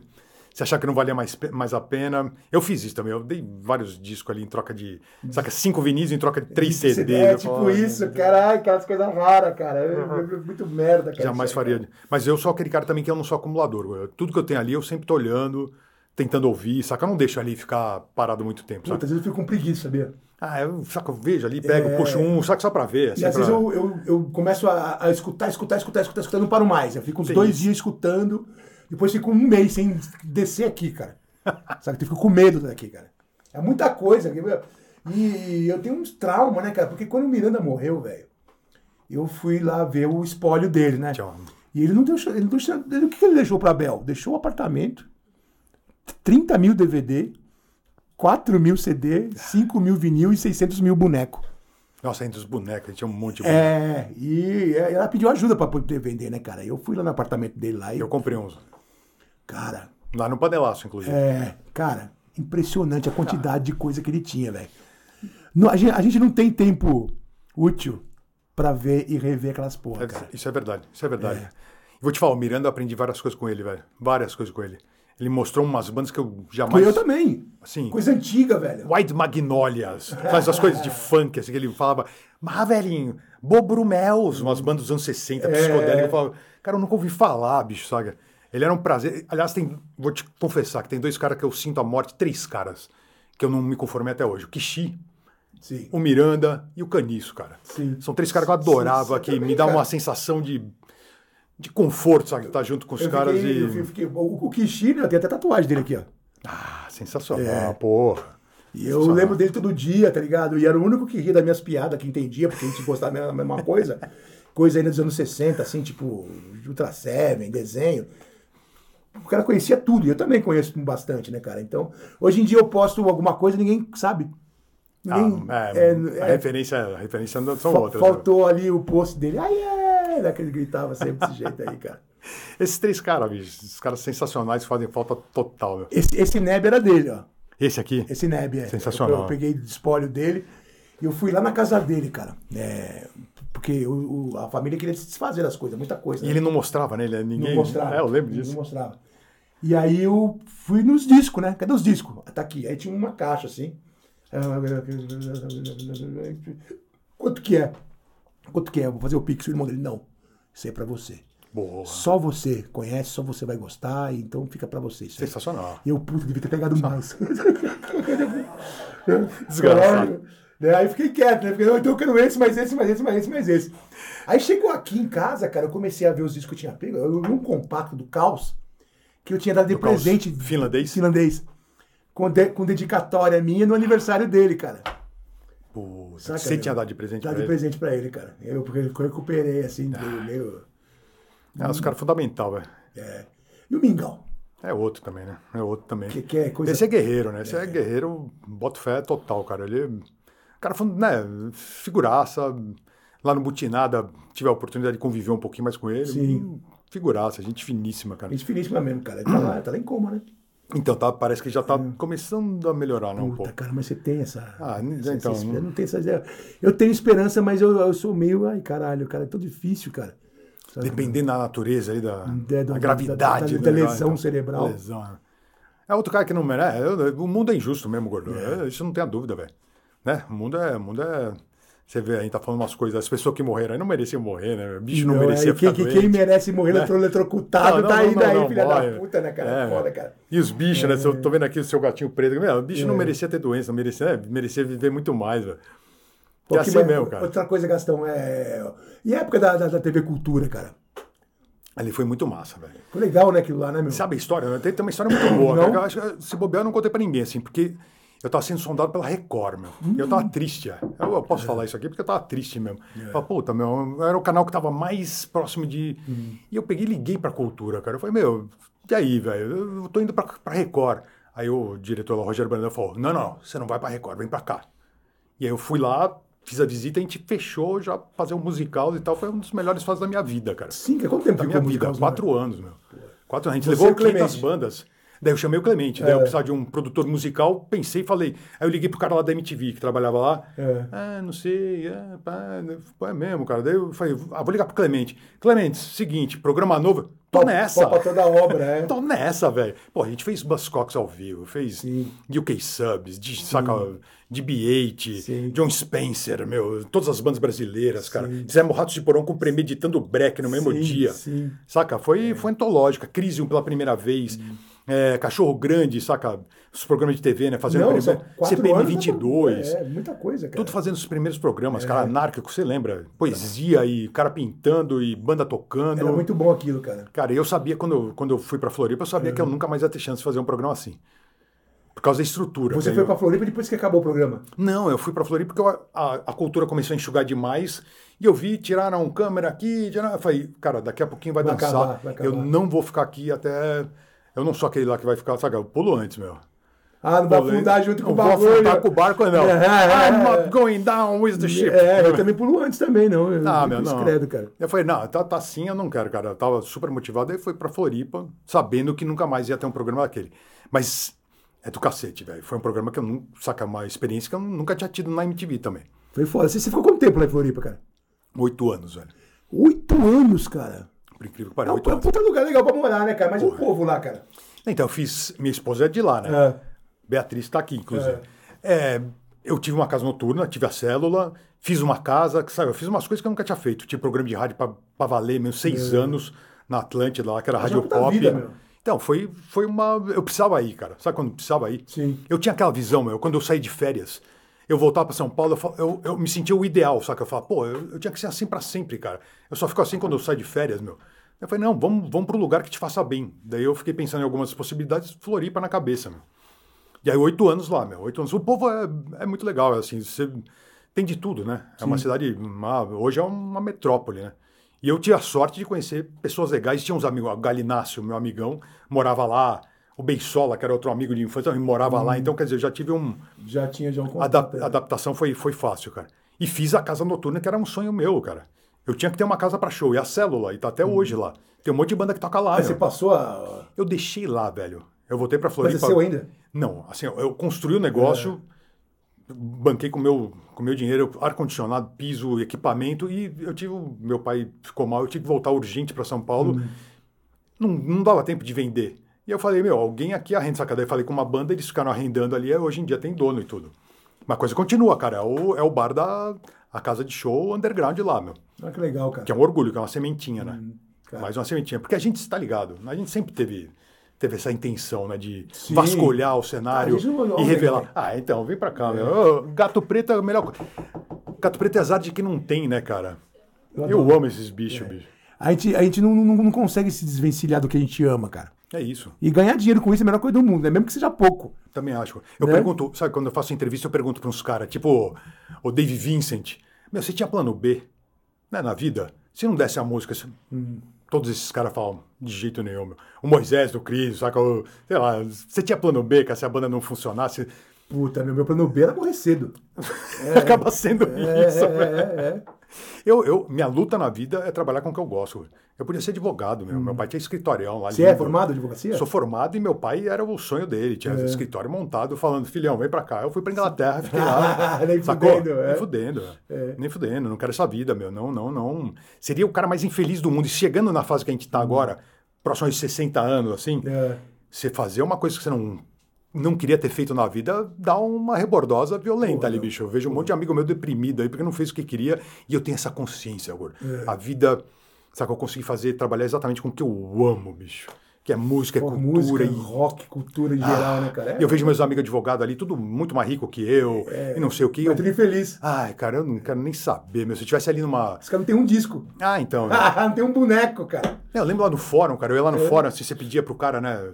Speaker 2: você achar que não valia mais, pe- mais a pena. Eu fiz isso também. Eu dei vários discos ali em troca de. Saca, cinco vinis em troca de três CDs.
Speaker 1: CD, é
Speaker 2: Eu
Speaker 1: tipo
Speaker 2: falava,
Speaker 1: isso, caralho, aquelas coisas raras, cara. É Muito merda, cara.
Speaker 2: Uhum. Jamais
Speaker 1: isso aí,
Speaker 2: faria. Mas eu sou aquele cara também que eu não sou acumulador. Eu- tudo que eu tenho ali, eu sempre tô olhando, tentando ouvir, saca? Eu não deixo ali ficar parado muito tempo,
Speaker 1: Puta,
Speaker 2: saca?
Speaker 1: às vezes eu fico com preguiça, sabia?
Speaker 2: Ah, eu, saca, eu vejo ali, pego, puxo um, saca só pra ver.
Speaker 1: E
Speaker 2: assim,
Speaker 1: às vezes
Speaker 2: pra-
Speaker 1: eu, eu, eu começo a, a escutar, escutar, escutar, escutar, escutar, não paro mais. Eu fico uns
Speaker 2: Tem
Speaker 1: dois
Speaker 2: isso.
Speaker 1: dias escutando, depois fico um mês sem descer aqui, cara. Sabe? Eu fico com medo daqui, cara. É muita coisa. E eu tenho uns trauma, né, cara? Porque quando o Miranda morreu, velho, eu fui lá ver o espólio dele, né?
Speaker 2: Tchau.
Speaker 1: E ele não deixou. Ele não deixou ele- o que que ele deixou pra Bel? Deixou o apartamento, 30 mil DVD, 4 mil CD, 5 mil vinil e 600 mil boneco.
Speaker 2: Nossa, entre os bonecos, a gente tinha um monte de boneco.
Speaker 1: É, e ela pediu ajuda pra poder vender, né, cara? Eu fui lá no apartamento dele lá e.
Speaker 2: Eu comprei uns.
Speaker 1: Cara,
Speaker 2: Lá no Padelaço, inclusive.
Speaker 1: é. Cara, impressionante a quantidade de coisa que ele tinha, velho. Não, A gente, a gente não tem tempo útil pra ver e rever aquelas porra, cara.
Speaker 2: É, Isso é verdade, isso é verdade. E Vou te falar, o Miranda eu aprendi várias coisas com ele, velho. Várias coisas com ele. Ele mostrou umas bandas que eu jamais.
Speaker 1: Eu também.
Speaker 2: Assim.
Speaker 1: Coisa antiga, velho.
Speaker 2: White Magnolias, sabe, essas coisas de funk, assim, que ele falava, mas velhinho, Bobrumels, umas bandas dos anos
Speaker 1: É.
Speaker 2: 60, psicodélica, eu falava, cara, eu nunca ouvi falar, bicho, sabe? Ele era um prazer, aliás, tem, vou te confessar que tem dois caras que eu sinto a morte, três caras, que eu não me conformei até hoje, o Kishi,
Speaker 1: Sim.
Speaker 2: o Miranda e o Caniço, cara.
Speaker 1: Sim.
Speaker 2: São três caras que eu adorava,
Speaker 1: Sim, sim,
Speaker 2: que
Speaker 1: também,
Speaker 2: me dá
Speaker 1: cara.
Speaker 2: uma sensação de, de conforto, sabe, estar junto com os
Speaker 1: Eu
Speaker 2: caras
Speaker 1: fiquei-
Speaker 2: e...
Speaker 1: eu fiquei- o, o Kishi, né, eu tenho até tatuagem dele aqui, ó.
Speaker 2: Ah, sensacional,
Speaker 1: É.
Speaker 2: porra.
Speaker 1: E eu lembro dele todo dia, tá ligado? E era o único que ria das minhas piadas, que entendia, porque a gente gostava da mesma coisa. Coisa ainda dos anos 60, assim, tipo, Ultra Seven, desenho. O cara conhecia tudo, e eu também conheço bastante, né, cara? Então, hoje em dia eu posto alguma coisa e ninguém sabe. Ninguém,
Speaker 2: Ah, é,
Speaker 1: é,
Speaker 2: a
Speaker 1: é,
Speaker 2: referência, a referência não- são
Speaker 1: fa-
Speaker 2: outras. né?
Speaker 1: faltou ali o post dele. Ai, ai, daquele gritava sempre
Speaker 2: <laughs>
Speaker 1: desse jeito aí, cara.
Speaker 2: Esses três caras, bicho, esses caras sensacionais fazem falta total, meu.
Speaker 1: Esse, esse Neb era dele, ó.
Speaker 2: Esse aqui,
Speaker 1: Esse Neb, é.
Speaker 2: Sensacional.
Speaker 1: Eu, eu peguei o espólio dele e eu fui lá na casa dele, cara. É, porque o- o- a família queria se desfazer das coisas, muita coisa.
Speaker 2: e
Speaker 1: né?
Speaker 2: ele não mostrava, né? Ele,
Speaker 1: não
Speaker 2: ninguém,
Speaker 1: mostrava.
Speaker 2: É, eu lembro
Speaker 1: ele
Speaker 2: disso.
Speaker 1: Não mostrava. E aí eu fui nos discos, né? Cadê os discos? Ah, Tá aqui. Aí tinha uma caixa assim. Quanto que é? Quanto que é? Eu Vou fazer o pix. O irmão dele, não. Isso é pra você.
Speaker 2: Boa.
Speaker 1: Só você conhece, só você vai gostar, então fica pra você. Isso aí.
Speaker 2: Sensacional.
Speaker 1: E eu, puta, devia ter pegado
Speaker 2: <laughs>
Speaker 1: mais.
Speaker 2: Desgraçado.
Speaker 1: Né? Aí eu fiquei quieto, né? Fiquei, não, então eu quero esse, mais esse, mais esse, mais esse, mais esse. Aí chegou aqui em casa, cara, eu comecei a ver os discos que eu tinha pego. Eu vi um compacto do Caos que eu tinha dado de
Speaker 2: Caos
Speaker 1: presente.
Speaker 2: finlandês?
Speaker 1: Finlandês. Com, de- com dedicatória minha no aniversário dele, cara.
Speaker 2: Puta,
Speaker 1: Saca,
Speaker 2: você
Speaker 1: meu?
Speaker 2: tinha dado de
Speaker 1: é
Speaker 2: presente
Speaker 1: Dado
Speaker 2: pra
Speaker 1: de
Speaker 2: ele.
Speaker 1: presente pra ele, cara. Eu, porque eu recuperei, assim, do meu.
Speaker 2: Ah, os caras fundamental, velho.
Speaker 1: é. E o Mingau?
Speaker 2: É outro também, né? É outro também.
Speaker 1: Que- que é coisa-
Speaker 2: Esse é guerreiro, né? Esse é, guerreiro, boto fé total, cara. Ele. Cara, foi, né? Figuraça. Lá no Butinada, tive a oportunidade de conviver um pouquinho mais com ele.
Speaker 1: Sim.
Speaker 2: Figuraça, gente finíssima, cara.
Speaker 1: Gente finíssima mesmo, cara. Ele tá
Speaker 2: Uhum.
Speaker 1: lá, tá lá em coma, né?
Speaker 2: Então, tá, parece que já tá começando a melhorar, não, um
Speaker 1: Puta,
Speaker 2: pouco.
Speaker 1: cara, mas você tem essa.
Speaker 2: Ah, n-
Speaker 1: essa-
Speaker 2: então,
Speaker 1: essa-
Speaker 2: não-
Speaker 1: eu não tenho essa ideia. Eu tenho esperança, mas eu, eu sou meio. Ai, caralho, cara, é tão difícil, cara. Sabe?
Speaker 2: Dependendo da natureza aí,
Speaker 1: Da-
Speaker 2: da,
Speaker 1: da-
Speaker 2: da gravidade.
Speaker 1: da-
Speaker 2: do
Speaker 1: da
Speaker 2: negócio,
Speaker 1: lesão cerebral.
Speaker 2: Lesão, é. É outro cara que não merece. é, eu- O mundo é injusto mesmo, gordo. É, isso não tem a dúvida, velho. Né? O mundo é. O mundo é. Você vê aí, tá falando umas coisas. As pessoas que morreram aí não mereciam morrer, né? O bicho não,
Speaker 1: Não,
Speaker 2: merecia
Speaker 1: é, quem,
Speaker 2: ficar
Speaker 1: quem,
Speaker 2: doente.
Speaker 1: quem merece morrer
Speaker 2: Né?
Speaker 1: eletro- eletrocutado,
Speaker 2: Não, não,
Speaker 1: tá aí
Speaker 2: não,
Speaker 1: daí,
Speaker 2: não,
Speaker 1: filha
Speaker 2: morre.
Speaker 1: da puta, né, cara?
Speaker 2: É.
Speaker 1: Foda, cara. É.
Speaker 2: E os bichos, né? Eu tô vendo aqui o seu gatinho preto. Meu, o bicho não merecia ter doença, não merecia, é, merecia viver muito mais, velho.
Speaker 1: Pô,
Speaker 2: É
Speaker 1: que
Speaker 2: assim
Speaker 1: merda.
Speaker 2: mesmo, cara.
Speaker 1: Outra coisa, Gastão, é. E a época da, da, da TV Cultura, cara.
Speaker 2: Ali foi muito massa, velho.
Speaker 1: Foi legal, né, aquilo lá, né, meu?
Speaker 2: Sabe a história? né? Tem, tem uma história muito boa.
Speaker 1: Não?
Speaker 2: cara, que eu acho que, ah, se bobear, eu não contei pra ninguém, assim, porque eu tava sendo sondado pela Record, meu. E eu tava triste. é. Eu, eu posso falar isso aqui porque eu tava triste mesmo. Falei, puta, meu, era o canal que tava mais próximo de. E eu peguei e liguei pra cultura, cara. Eu falei, meu, e aí, velho? Eu tô indo pra, pra Record. Aí o diretor lá, o Rogério Brandão, falou: não, não, você não vai pra Record, vem pra cá. E aí eu fui lá, fiz a visita, a gente fechou já fazer um musical e tal. Foi um dos melhores fases da minha vida, cara
Speaker 1: Sim, cara, quanto tempo
Speaker 2: da
Speaker 1: ficou
Speaker 2: minha
Speaker 1: o musical,
Speaker 2: tá vida.
Speaker 1: né?
Speaker 2: Quatro anos, meu. Quatro anos. A gente
Speaker 1: Você e o
Speaker 2: levou
Speaker 1: Clemente. É.
Speaker 2: 500 bandas. Daí eu chamei o Clemente. Daí eu precisava de um produtor musical, pensei e falei. Aí eu liguei pro cara lá da MTV que trabalhava lá.
Speaker 1: É.
Speaker 2: Ah, não sei. Ah, pá, pô, é mesmo, cara. Daí eu falei, ah, vou ligar pro Clemente. Clemente, seguinte, programa novo. Tô
Speaker 1: Pau-
Speaker 2: nessa.
Speaker 1: pau pra toda a obra, é.
Speaker 2: <laughs> Tô nessa, velho. Pô, a gente fez Buzzcocks ao vivo, fez UK Subs, de, saca, de B8,
Speaker 1: Sim.
Speaker 2: John Spencer, meu, todas as bandas brasileiras, cara. Fizemos Ratos de Porão com Premeditando Breck no mesmo
Speaker 1: Sim,
Speaker 2: dia.
Speaker 1: sim. É.
Speaker 2: Saca? Foi, foi antológica. Crisium pela primeira vez.
Speaker 1: Hum.
Speaker 2: é, Cachorro Grande, saca? Os programas de TV, né? Fazendo
Speaker 1: Não,
Speaker 2: prime-
Speaker 1: são quatro
Speaker 2: CPM
Speaker 1: anos,
Speaker 2: 22.
Speaker 1: É, muita coisa, cara.
Speaker 2: Tudo fazendo os primeiros programas, cara, anárquico, você lembra? Poesia e cara pintando e banda tocando.
Speaker 1: Era muito bom aquilo, cara.
Speaker 2: Cara, eu sabia, quando eu, quando eu fui pra Floripa, eu
Speaker 1: Uhum.
Speaker 2: sabia que eu nunca mais ia ter chance de fazer um programa assim. Por causa da estrutura. né?
Speaker 1: Você
Speaker 2: que
Speaker 1: foi
Speaker 2: eu-
Speaker 1: pra Floripa depois que acabou o programa.
Speaker 2: Não, eu fui pra Floripa porque eu- a, a cultura começou a enxugar demais. E eu vi, tiraram um câmera aqui, tiraram... eu falei, cara, daqui a pouquinho vai,
Speaker 1: Vai
Speaker 2: dançar.
Speaker 1: acabar, vai acabar.
Speaker 2: Eu não vou ficar aqui até... Eu não sou aquele lá que vai ficar, sabe? Eu pulo antes, meu.
Speaker 1: Ah, não vai afundar junto com o
Speaker 2: Não vou
Speaker 1: bagulho.
Speaker 2: afundar com o barco, não.
Speaker 1: <laughs>
Speaker 2: Ah,
Speaker 1: É, é,
Speaker 2: I'm
Speaker 1: é.
Speaker 2: not going down with the ship.
Speaker 1: É, eu também pulo antes também, não. Eu
Speaker 2: Ah,
Speaker 1: fico
Speaker 2: meu, não.
Speaker 1: discreto, cara.
Speaker 2: Eu falei, não, tá, tá assim, eu não quero, cara. Eu tava super motivado, aí fui pra Floripa, sabendo que nunca mais ia ter um programa daquele. Mas é do cacete, velho. Foi um programa que eu não saca uma experiência que eu nunca tinha tido na MTV também.
Speaker 1: Foi foda. Você, você ficou quanto tempo lá em Floripa, cara?
Speaker 2: Oito anos, velho.
Speaker 1: Oito anos, cara.
Speaker 2: Por incrível que
Speaker 1: É
Speaker 2: pareça,
Speaker 1: um,
Speaker 2: oito
Speaker 1: é um
Speaker 2: anos.
Speaker 1: puta lugar legal pra morar, né, cara? Mas o povo lá, cara.
Speaker 2: Então, eu fiz. Minha esposa é de lá, né?
Speaker 1: É.
Speaker 2: Beatriz está aqui, inclusive. É, eu tive uma casa noturna, tive a célula, fiz uma casa, que, sabe? Eu fiz umas coisas que eu nunca tinha feito. Tive programa de rádio para valer, meus seis anos na Atlântida lá, que era
Speaker 1: Mas é
Speaker 2: Rádio
Speaker 1: uma puta
Speaker 2: Pop.
Speaker 1: vida, meu.
Speaker 2: então, foi, foi uma. Eu precisava ir, cara. Sabe quando precisava ir?
Speaker 1: Sim.
Speaker 2: Eu tinha aquela visão, meu. Quando eu saí de férias, eu voltava para São Paulo, eu, fa- eu, eu me sentia o ideal, sabe? Eu falava, pô, eu, eu tinha que ser assim para sempre, cara. Eu só fico assim quando eu saio de férias, meu. Eu falei, não, vamos, vamos para um lugar que te faça bem. Daí eu fiquei pensando em algumas possibilidades, Floripa na cabeça, meu. E aí, oito anos lá, meu. Oito anos. O povo é, é muito legal, é assim, você tem de tudo, né? É uma cidade, uma- hoje é uma metrópole, né? E eu tive a sorte de conhecer pessoas legais. Tinha uns amigos, o Galinácio, meu amigão, morava lá. O Beisola, que era outro amigo de infância, também morava lá. Então, quer dizer, eu já tive um...
Speaker 1: Já tinha já um
Speaker 2: A
Speaker 1: contato.
Speaker 2: adap- adaptação foi, foi fácil, cara. E fiz a casa noturna, que era um sonho meu, cara. Eu tinha que ter uma casa pra show. E a Célula, e tá até hoje lá. Tem um monte de banda que toca lá,
Speaker 1: Mas É, Ah, você
Speaker 2: meu.
Speaker 1: passou a...
Speaker 2: Eu deixei lá, velho. Eu voltei pra Floripa.
Speaker 1: Mas é seu ainda?
Speaker 2: Não, assim, eu- eu construí o negócio, banquei com meu, o meu dinheiro, ar-condicionado, piso, equipamento, e eu tive. o- Meu pai ficou mal, eu tive que voltar urgente para São Paulo.
Speaker 1: Hum.
Speaker 2: Não, não dava tempo de vender. E eu falei, meu, alguém aqui arrenda essa casa. Daí falei com uma banda, eles ficaram arrendando ali, e hoje em dia tem dono e tudo. Mas a coisa continua, cara. É o, é o bar da a casa de show underground lá, meu.
Speaker 1: Olha ah, que legal, cara.
Speaker 2: Que é um orgulho, que é uma sementinha, né?
Speaker 1: Uhum, cara.
Speaker 2: Mais uma sementinha. Porque a gente está ligado. né? A gente sempre teve, teve essa intenção, né? De
Speaker 1: Sim. Ah,
Speaker 2: vasculhar o
Speaker 1: A
Speaker 2: cenário
Speaker 1: gente não- não-
Speaker 2: e revelar.
Speaker 1: né?
Speaker 2: Ah, então, vem pra cá. meu. Ô, gato preto é a melhor coisa. Gato preto é azar de que não tem, né, cara? Eu, amo esses
Speaker 1: É.
Speaker 2: bichos, bicho.
Speaker 1: A gente, a gente não, não, não consegue se desvencilhar do que a gente ama, cara.
Speaker 2: É isso.
Speaker 1: E ganhar dinheiro com isso é a melhor coisa do mundo, né? Mesmo que seja pouco.
Speaker 2: Também acho. Eu
Speaker 1: Né?
Speaker 2: pergunto, sabe, quando eu faço entrevista, eu pergunto para uns caras, tipo o Dave Vincent. Meu, você tinha plano B né, na vida? Se não desse a música, se- hum, todos esses caras falam, de jeito nenhum. Meu. O Moisés do Cris, saca? O, sei lá, você tinha plano B, cara, se a banda não funcionasse, <laughs>
Speaker 1: Puta, meu, meu plano B era morrer cedo.
Speaker 2: acaba sendo
Speaker 1: É,
Speaker 2: isso. velho.
Speaker 1: é, é, é.
Speaker 2: Eu, eu, minha luta na vida é trabalhar com o que eu gosto. velho. Eu podia ser advogado, meu.
Speaker 1: Hum.
Speaker 2: Meu pai tinha escritorião lá.
Speaker 1: Você é É.
Speaker 2: livro.
Speaker 1: formado em advocacia?
Speaker 2: Sou formado e meu pai era o sonho dele. Tinha escritório montado, falando, filhão, vem pra cá. Eu fui
Speaker 1: <laughs>
Speaker 2: pra Inglaterra, fiquei lá.
Speaker 1: Nem
Speaker 2: sacou?
Speaker 1: fudendo, é.
Speaker 2: Nem fudendo. Nem fudendo, não quero essa vida, meu. Não, não, não. Seria o cara mais infeliz do mundo. E chegando na fase que a gente tá agora, próximo aos 60 anos, assim,
Speaker 1: É.
Speaker 2: você fazer uma coisa que você não, não queria ter feito na vida, dá uma rebordosa violenta ali, bicho. Eu vejo um monte de amigo meu deprimido aí porque não fez o que queria e eu tenho essa consciência agora.
Speaker 1: É.
Speaker 2: A vida, sabe, eu consegui fazer, trabalhar exatamente com o que eu amo, bicho. Que é música, é
Speaker 1: Pô,
Speaker 2: cultura
Speaker 1: música, né?
Speaker 2: e
Speaker 1: rock, cultura em geral, né, cara? É,
Speaker 2: e eu vejo meus amigos advogados ali, tudo muito mais rico que eu, e não sei o que.
Speaker 1: mas
Speaker 2: Eu...
Speaker 1: eu tô bem feliz.
Speaker 2: Ai, cara, eu não quero nem saber, meu. Se eu tivesse ali numa.
Speaker 1: Esse cara não tem um disco.
Speaker 2: Ah, então.
Speaker 1: <laughs>
Speaker 2: né?
Speaker 1: não tem um boneco, cara.
Speaker 2: É, Eu lembro lá no fórum, cara. Eu ia lá no
Speaker 1: É.
Speaker 2: fórum, assim, você pedia pro cara, né?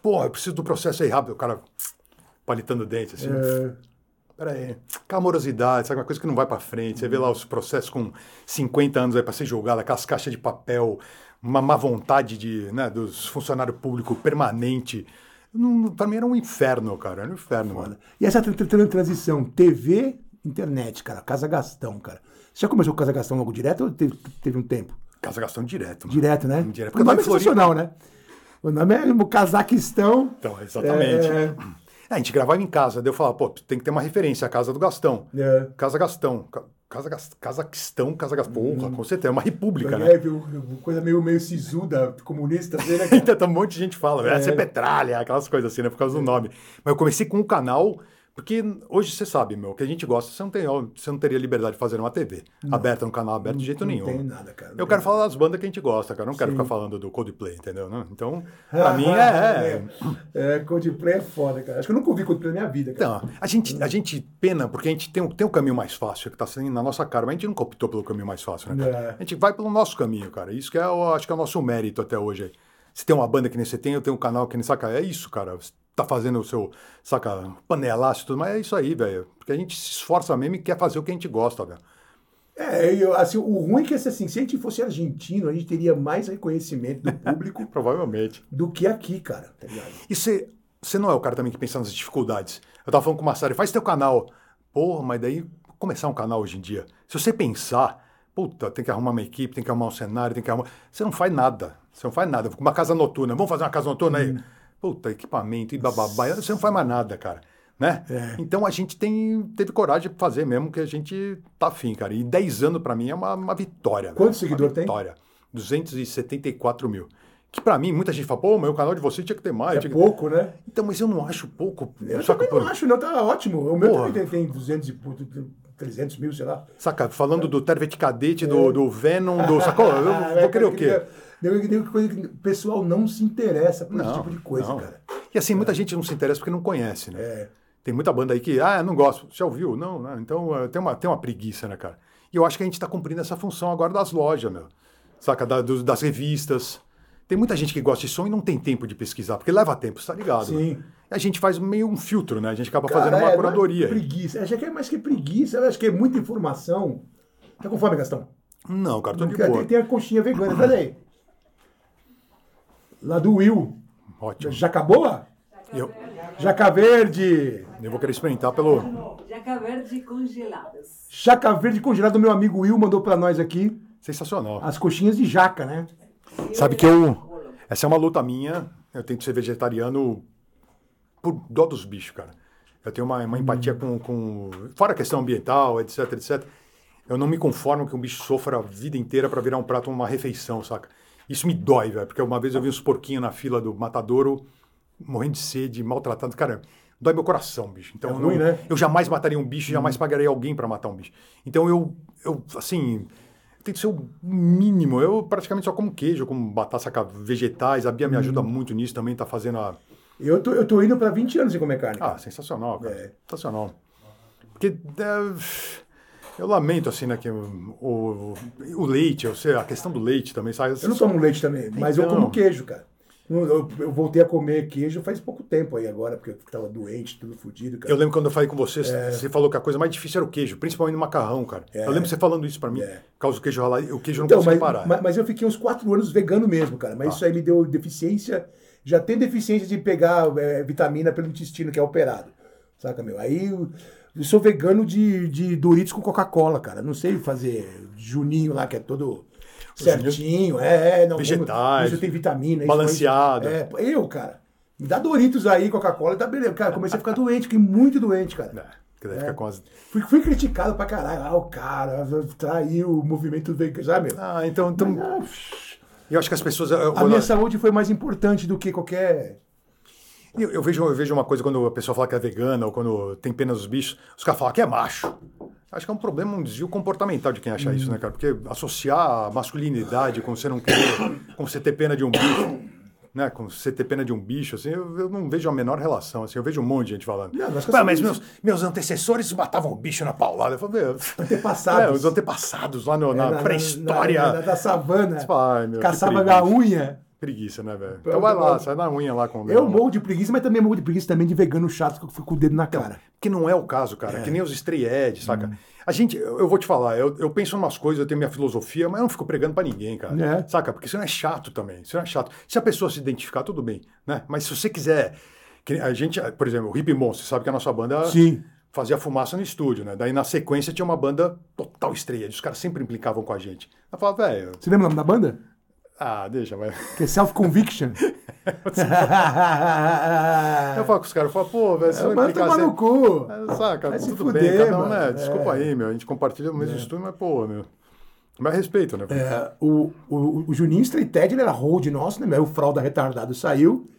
Speaker 2: Porra, eu preciso do processo aí rápido. O cara palitando o dente, assim.
Speaker 1: É,
Speaker 2: Peraí. Com amorosidade, sabe? Uma coisa que não vai pra frente. Você vê lá os processos com 50 anos aí pra ser julgado, aquelas caixas de papel, uma má vontade de, né, dos funcionários públicos permanente. Não, pra mim era um inferno, cara. Era um inferno, mano.
Speaker 1: E essa tran- tran- transição TV, internet, cara, Casa Gastão, cara. Você já começou com Casa Gastão logo direto ou teve, teve um tempo?
Speaker 2: Casa Gastão direto. Mano.
Speaker 1: Direto, né?
Speaker 2: Direto,
Speaker 1: Porque
Speaker 2: porque
Speaker 1: o
Speaker 2: lá
Speaker 1: nome é
Speaker 2: em Floripa-
Speaker 1: sensacional, né? O nome é o Cazaquistão.
Speaker 2: Então, exatamente.
Speaker 1: É.
Speaker 2: É, a gente gravava em casa, daí eu falava, pô, tem que ter uma referência, a casa do Gastão.
Speaker 1: É.
Speaker 2: Casa Gastão. Ca- Casa Gas- Cazaquistão, Casa Gastão. Porra, com certeza, é uma república, né?
Speaker 1: Hum.
Speaker 2: <laughs>
Speaker 1: É, viu? coisa meio, meio sisuda, comunista, assim, né? cara?
Speaker 2: Então, tá um monte de gente fala, é. essa é Petralha, aquelas coisas assim, né? Por causa
Speaker 1: É.
Speaker 2: do nome. Mas eu comecei com o canal, porque hoje você sabe, meu, o que a gente gosta, você não, tem, ó, você não teria liberdade de fazer uma TV aberta, um canal aberto de jeito nenhum.
Speaker 1: Não tem nada, cara.
Speaker 2: Eu quero falar das bandas que a gente gosta, cara. Eu não quero ficar falando do Coldplay, entendeu? Não? Então, pra
Speaker 1: Ah,
Speaker 2: mim
Speaker 1: É,
Speaker 2: é,
Speaker 1: é, Coldplay é foda, cara. Acho que eu nunca ouvi Coldplay na minha vida, cara.
Speaker 2: Então, a gente, a gente pena porque a gente tem, o- tem o caminho mais fácil que está sendo na nossa cara, mas a gente nunca optou pelo caminho mais fácil, né? cara?
Speaker 1: É.
Speaker 2: A gente vai pelo nosso caminho, cara. Isso que é, o- acho que é o nosso mérito até hoje. aí. Se tem uma banda que nem você tem, eu tenho um canal que nem saca. É isso, cara. Você tá fazendo o seu, saca, panelaço e tudo, mas é isso aí, velho. Porque a gente se esforça mesmo e quer fazer o que a gente gosta, velho. Então.
Speaker 1: É, eu, assim, o ruim é que assim, se a gente fosse argentino, a gente teria mais reconhecimento do público
Speaker 2: Provavelmente.
Speaker 1: do que aqui, cara. Tá ligado?
Speaker 2: E você, você não é o cara também que pensa nas dificuldades. Eu tava falando com o Massari, faz teu canal. Porra, mas daí começar um canal hoje em dia. Se você pensar, puta, tem que arrumar uma equipe, tem que arrumar um cenário, tem que arrumar. Você não faz nada. Você não faz nada. Uma casa noturna, vamos fazer uma casa noturna
Speaker 1: Uhum.
Speaker 2: aí. Puta, equipamento e bababá. Você não faz mais nada, cara. Né?
Speaker 1: É.
Speaker 2: Então a gente tem, teve coragem de fazer mesmo que a gente tá afim, cara. E 10 anos pra mim é uma, uma vitória.
Speaker 1: Quanto
Speaker 2: velho. Uma
Speaker 1: seguidor tem?
Speaker 2: Vitória. 274 mil. Que pra mim, muita gente fala, pô, mas o canal de você tinha que ter mais.
Speaker 1: É
Speaker 2: tinha que-
Speaker 1: pouco, né?
Speaker 2: Então, mas eu não acho pouco.
Speaker 1: Eu
Speaker 2: saca,
Speaker 1: também
Speaker 2: pô?
Speaker 1: não acho, não. Tá ótimo. O meu
Speaker 2: Porra.
Speaker 1: também tem, tem 200 e puto, 300 mil, sei lá.
Speaker 2: Saca, falando do Tervet Cadete, do, do Venom, do. Sacou? Eu
Speaker 1: É. <laughs> Ah,
Speaker 2: vou querer o
Speaker 1: pode
Speaker 2: quê?
Speaker 1: Deu- deu- deu coisa que O pessoal não se interessa por esse
Speaker 2: Não,
Speaker 1: tipo de coisa,
Speaker 2: não.
Speaker 1: cara.
Speaker 2: E assim, muita gente não se interessa porque não conhece, né?
Speaker 1: É.
Speaker 2: Tem muita banda aí que, ah, não gosto. Já ouviu? Não, não. Então eh, tem uma, tem uma preguiça, né, cara? E eu acho que a gente tá cumprindo essa função agora das lojas, meu. Saca? Da- dos- das revistas. Tem muita gente que gosta de som e não tem tempo de pesquisar, porque leva tempo, você tá ligado?
Speaker 1: Sim.
Speaker 2: né? A gente faz meio um filtro, né? A gente acaba fazendo
Speaker 1: Cara,
Speaker 2: uma
Speaker 1: é,
Speaker 2: curadoria.
Speaker 1: não é Preguiça. Acho que é mais que preguiça. Acho que é muita informação. Tá conforme, Gastão?
Speaker 2: Não, cara, tô
Speaker 1: Não
Speaker 2: de
Speaker 1: quer-
Speaker 2: boa.
Speaker 1: tem, tem a coxinha vegana. Pera aí. Lá do Will.
Speaker 2: Ótimo.
Speaker 1: Já acabou?
Speaker 2: Eu,
Speaker 1: Jaca Verde.
Speaker 2: eu vou querer experimentar pelo.
Speaker 4: Jaca verde congeladas.
Speaker 1: Jaca Verde congelado, meu amigo Will mandou pra nós aqui
Speaker 2: Sensacional.
Speaker 1: as coxinhas de jaca, né?
Speaker 2: Sabe que eu. Essa é uma luta minha. Eu tento ser vegetariano por dó dos bichos, cara. Eu tenho uma,
Speaker 1: Uhum.
Speaker 2: uma empatia com, com. Fora a questão ambiental, etc, etc. Eu não me conformo que um bicho sofra a vida inteira para virar um prato, uma refeição, saca? Isso me dói, velho. Porque uma vez eu vi uns porquinhos na fila do matadouro, morrendo de sede, maltratando. Cara, dói meu coração, bicho. Então,
Speaker 1: É
Speaker 2: eu
Speaker 1: ruim,
Speaker 2: não,
Speaker 1: né? Uhum.
Speaker 2: eu jamais mataria um bicho, jamais pagaria alguém para matar um bicho. Então eu, eu assim, tem que ser o mínimo. Eu praticamente só como queijo, como batata saca, vegetais. A Bia me
Speaker 1: Uhum.
Speaker 2: ajuda muito nisso também, tá fazendo a.
Speaker 1: Eu tô, eu tô indo pra 20 anos sem comer carne.
Speaker 2: Ah, sensacional, cara.
Speaker 1: É.
Speaker 2: Sensacional. Porque é, eu lamento, assim, né, que o, o, o leite, eu sei, a questão do leite também, sabe?
Speaker 1: Eu não tomo leite também, mas eu
Speaker 2: Então.
Speaker 1: como queijo, cara. Eu, eu- eu voltei a comer queijo faz pouco tempo aí agora, porque eu tava doente, tudo fodido, cara.
Speaker 2: Eu lembro quando eu falei com você,
Speaker 1: É.
Speaker 2: você falou que a coisa mais difícil era o queijo, principalmente no macarrão, cara. Eu lembro você falando isso pra mim.
Speaker 1: É.
Speaker 2: Por causa do queijo ralado, o queijo eu não
Speaker 1: Então,
Speaker 2: consegue
Speaker 1: mas,
Speaker 2: parar. Tá.
Speaker 1: mas, mas eu fiquei uns quatro anos vegano mesmo, cara. Mas isso aí me deu deficiência. Já tem deficiência de pegar é, vitamina pelo intestino, que é operado. Saca, meu? Aí eu, eu sou vegano de, de Doritos com Coca-Cola, cara. Não sei fazer Juninho lá, que é todo certinho. É, é, não.
Speaker 2: Vegetais.
Speaker 1: Isso tem vitamina. isso,
Speaker 2: Balanceado.
Speaker 1: isso. É, eu, cara. Me dá Doritos aí, Coca-Cola, tá beleza. Cara, comecei a ficar doente, fiquei muito doente, cara.
Speaker 2: É, que daí fica com as...
Speaker 1: Fui, fui criticado pra caralho. Ah, o cara traiu o movimento vegano, sabe? meu?
Speaker 2: Ah, então, então
Speaker 1: Ah,
Speaker 2: eu acho que as pessoas... Eu,
Speaker 1: a minha saúde foi mais importante do que qualquer.
Speaker 2: eu- eu vejo, eu vejo uma coisa quando a pessoa fala que é vegana ou quando tem pena dos bichos, os caras falam que é macho. Acho que é um problema, um desvio comportamental de quem acha isso, né, cara? Porque associar a masculinidade com você não querer, com você ter pena de um bicho, né? Com você ter pena de um bicho, assim, eu, eu não vejo a menor relação, assim. Eu vejo um monte de gente falando.
Speaker 1: Não, nós
Speaker 2: "Ah, mas
Speaker 1: caçamos
Speaker 2: meus, meus antecessores matavam o bicho na paulada. Eu falo, "Meu,
Speaker 1: Antepassados.
Speaker 2: É, os antepassados lá no- na, pré-história.
Speaker 1: Na, na- da savana.
Speaker 2: Ai, meu, que
Speaker 1: caçava
Speaker 2: preguiça.
Speaker 1: minha unha.
Speaker 2: Preguiça, né, velho? Então vai lá, sai na unha lá com o
Speaker 1: Eu
Speaker 2: leão.
Speaker 1: morro de preguiça, mas também morro de preguiça também de vegano chato que eu fico com o dedo na cara.
Speaker 2: Que não é o caso, cara. Que nem os estreed, saca?
Speaker 1: Hum.
Speaker 2: A gente, eu eu vou te falar, eu, eu penso em umas coisas, eu tenho minha filosofia, mas eu não fico pregando pra ninguém, cara.
Speaker 1: É.
Speaker 2: Saca? Porque isso não é chato também. Isso não é chato. Se a pessoa se identificar, tudo bem, né? Mas se você quiser. que a gente, por exemplo, o Hip Monster, sabe que a nossa banda
Speaker 1: Sim.
Speaker 2: fazia fumaça no estúdio, né? Daí na sequência tinha uma banda total estreia. Os caras sempre implicavam com a gente. Eu falava, velho,
Speaker 1: Você lembra o nome da banda?
Speaker 2: ah, deixa, vai.
Speaker 1: Que é Self <laughs> Conviction. É.
Speaker 2: Eu falo com os caras, eu falo, pô, velho, você não
Speaker 1: Manda
Speaker 2: implicar
Speaker 1: tomar É, no cu.
Speaker 2: É, Saca,
Speaker 1: Vai se
Speaker 2: tudo
Speaker 1: fuder,
Speaker 2: bem, cada um,
Speaker 1: mano.
Speaker 2: né? Desculpa aí, meu. A gente compartilha o mesmo estúdio, mas, pô, meu. Mas respeito, né?
Speaker 1: É, o, o, o Juninho Straight Ted, ele era hold nosso, né? Aí o fralda retardado saiu.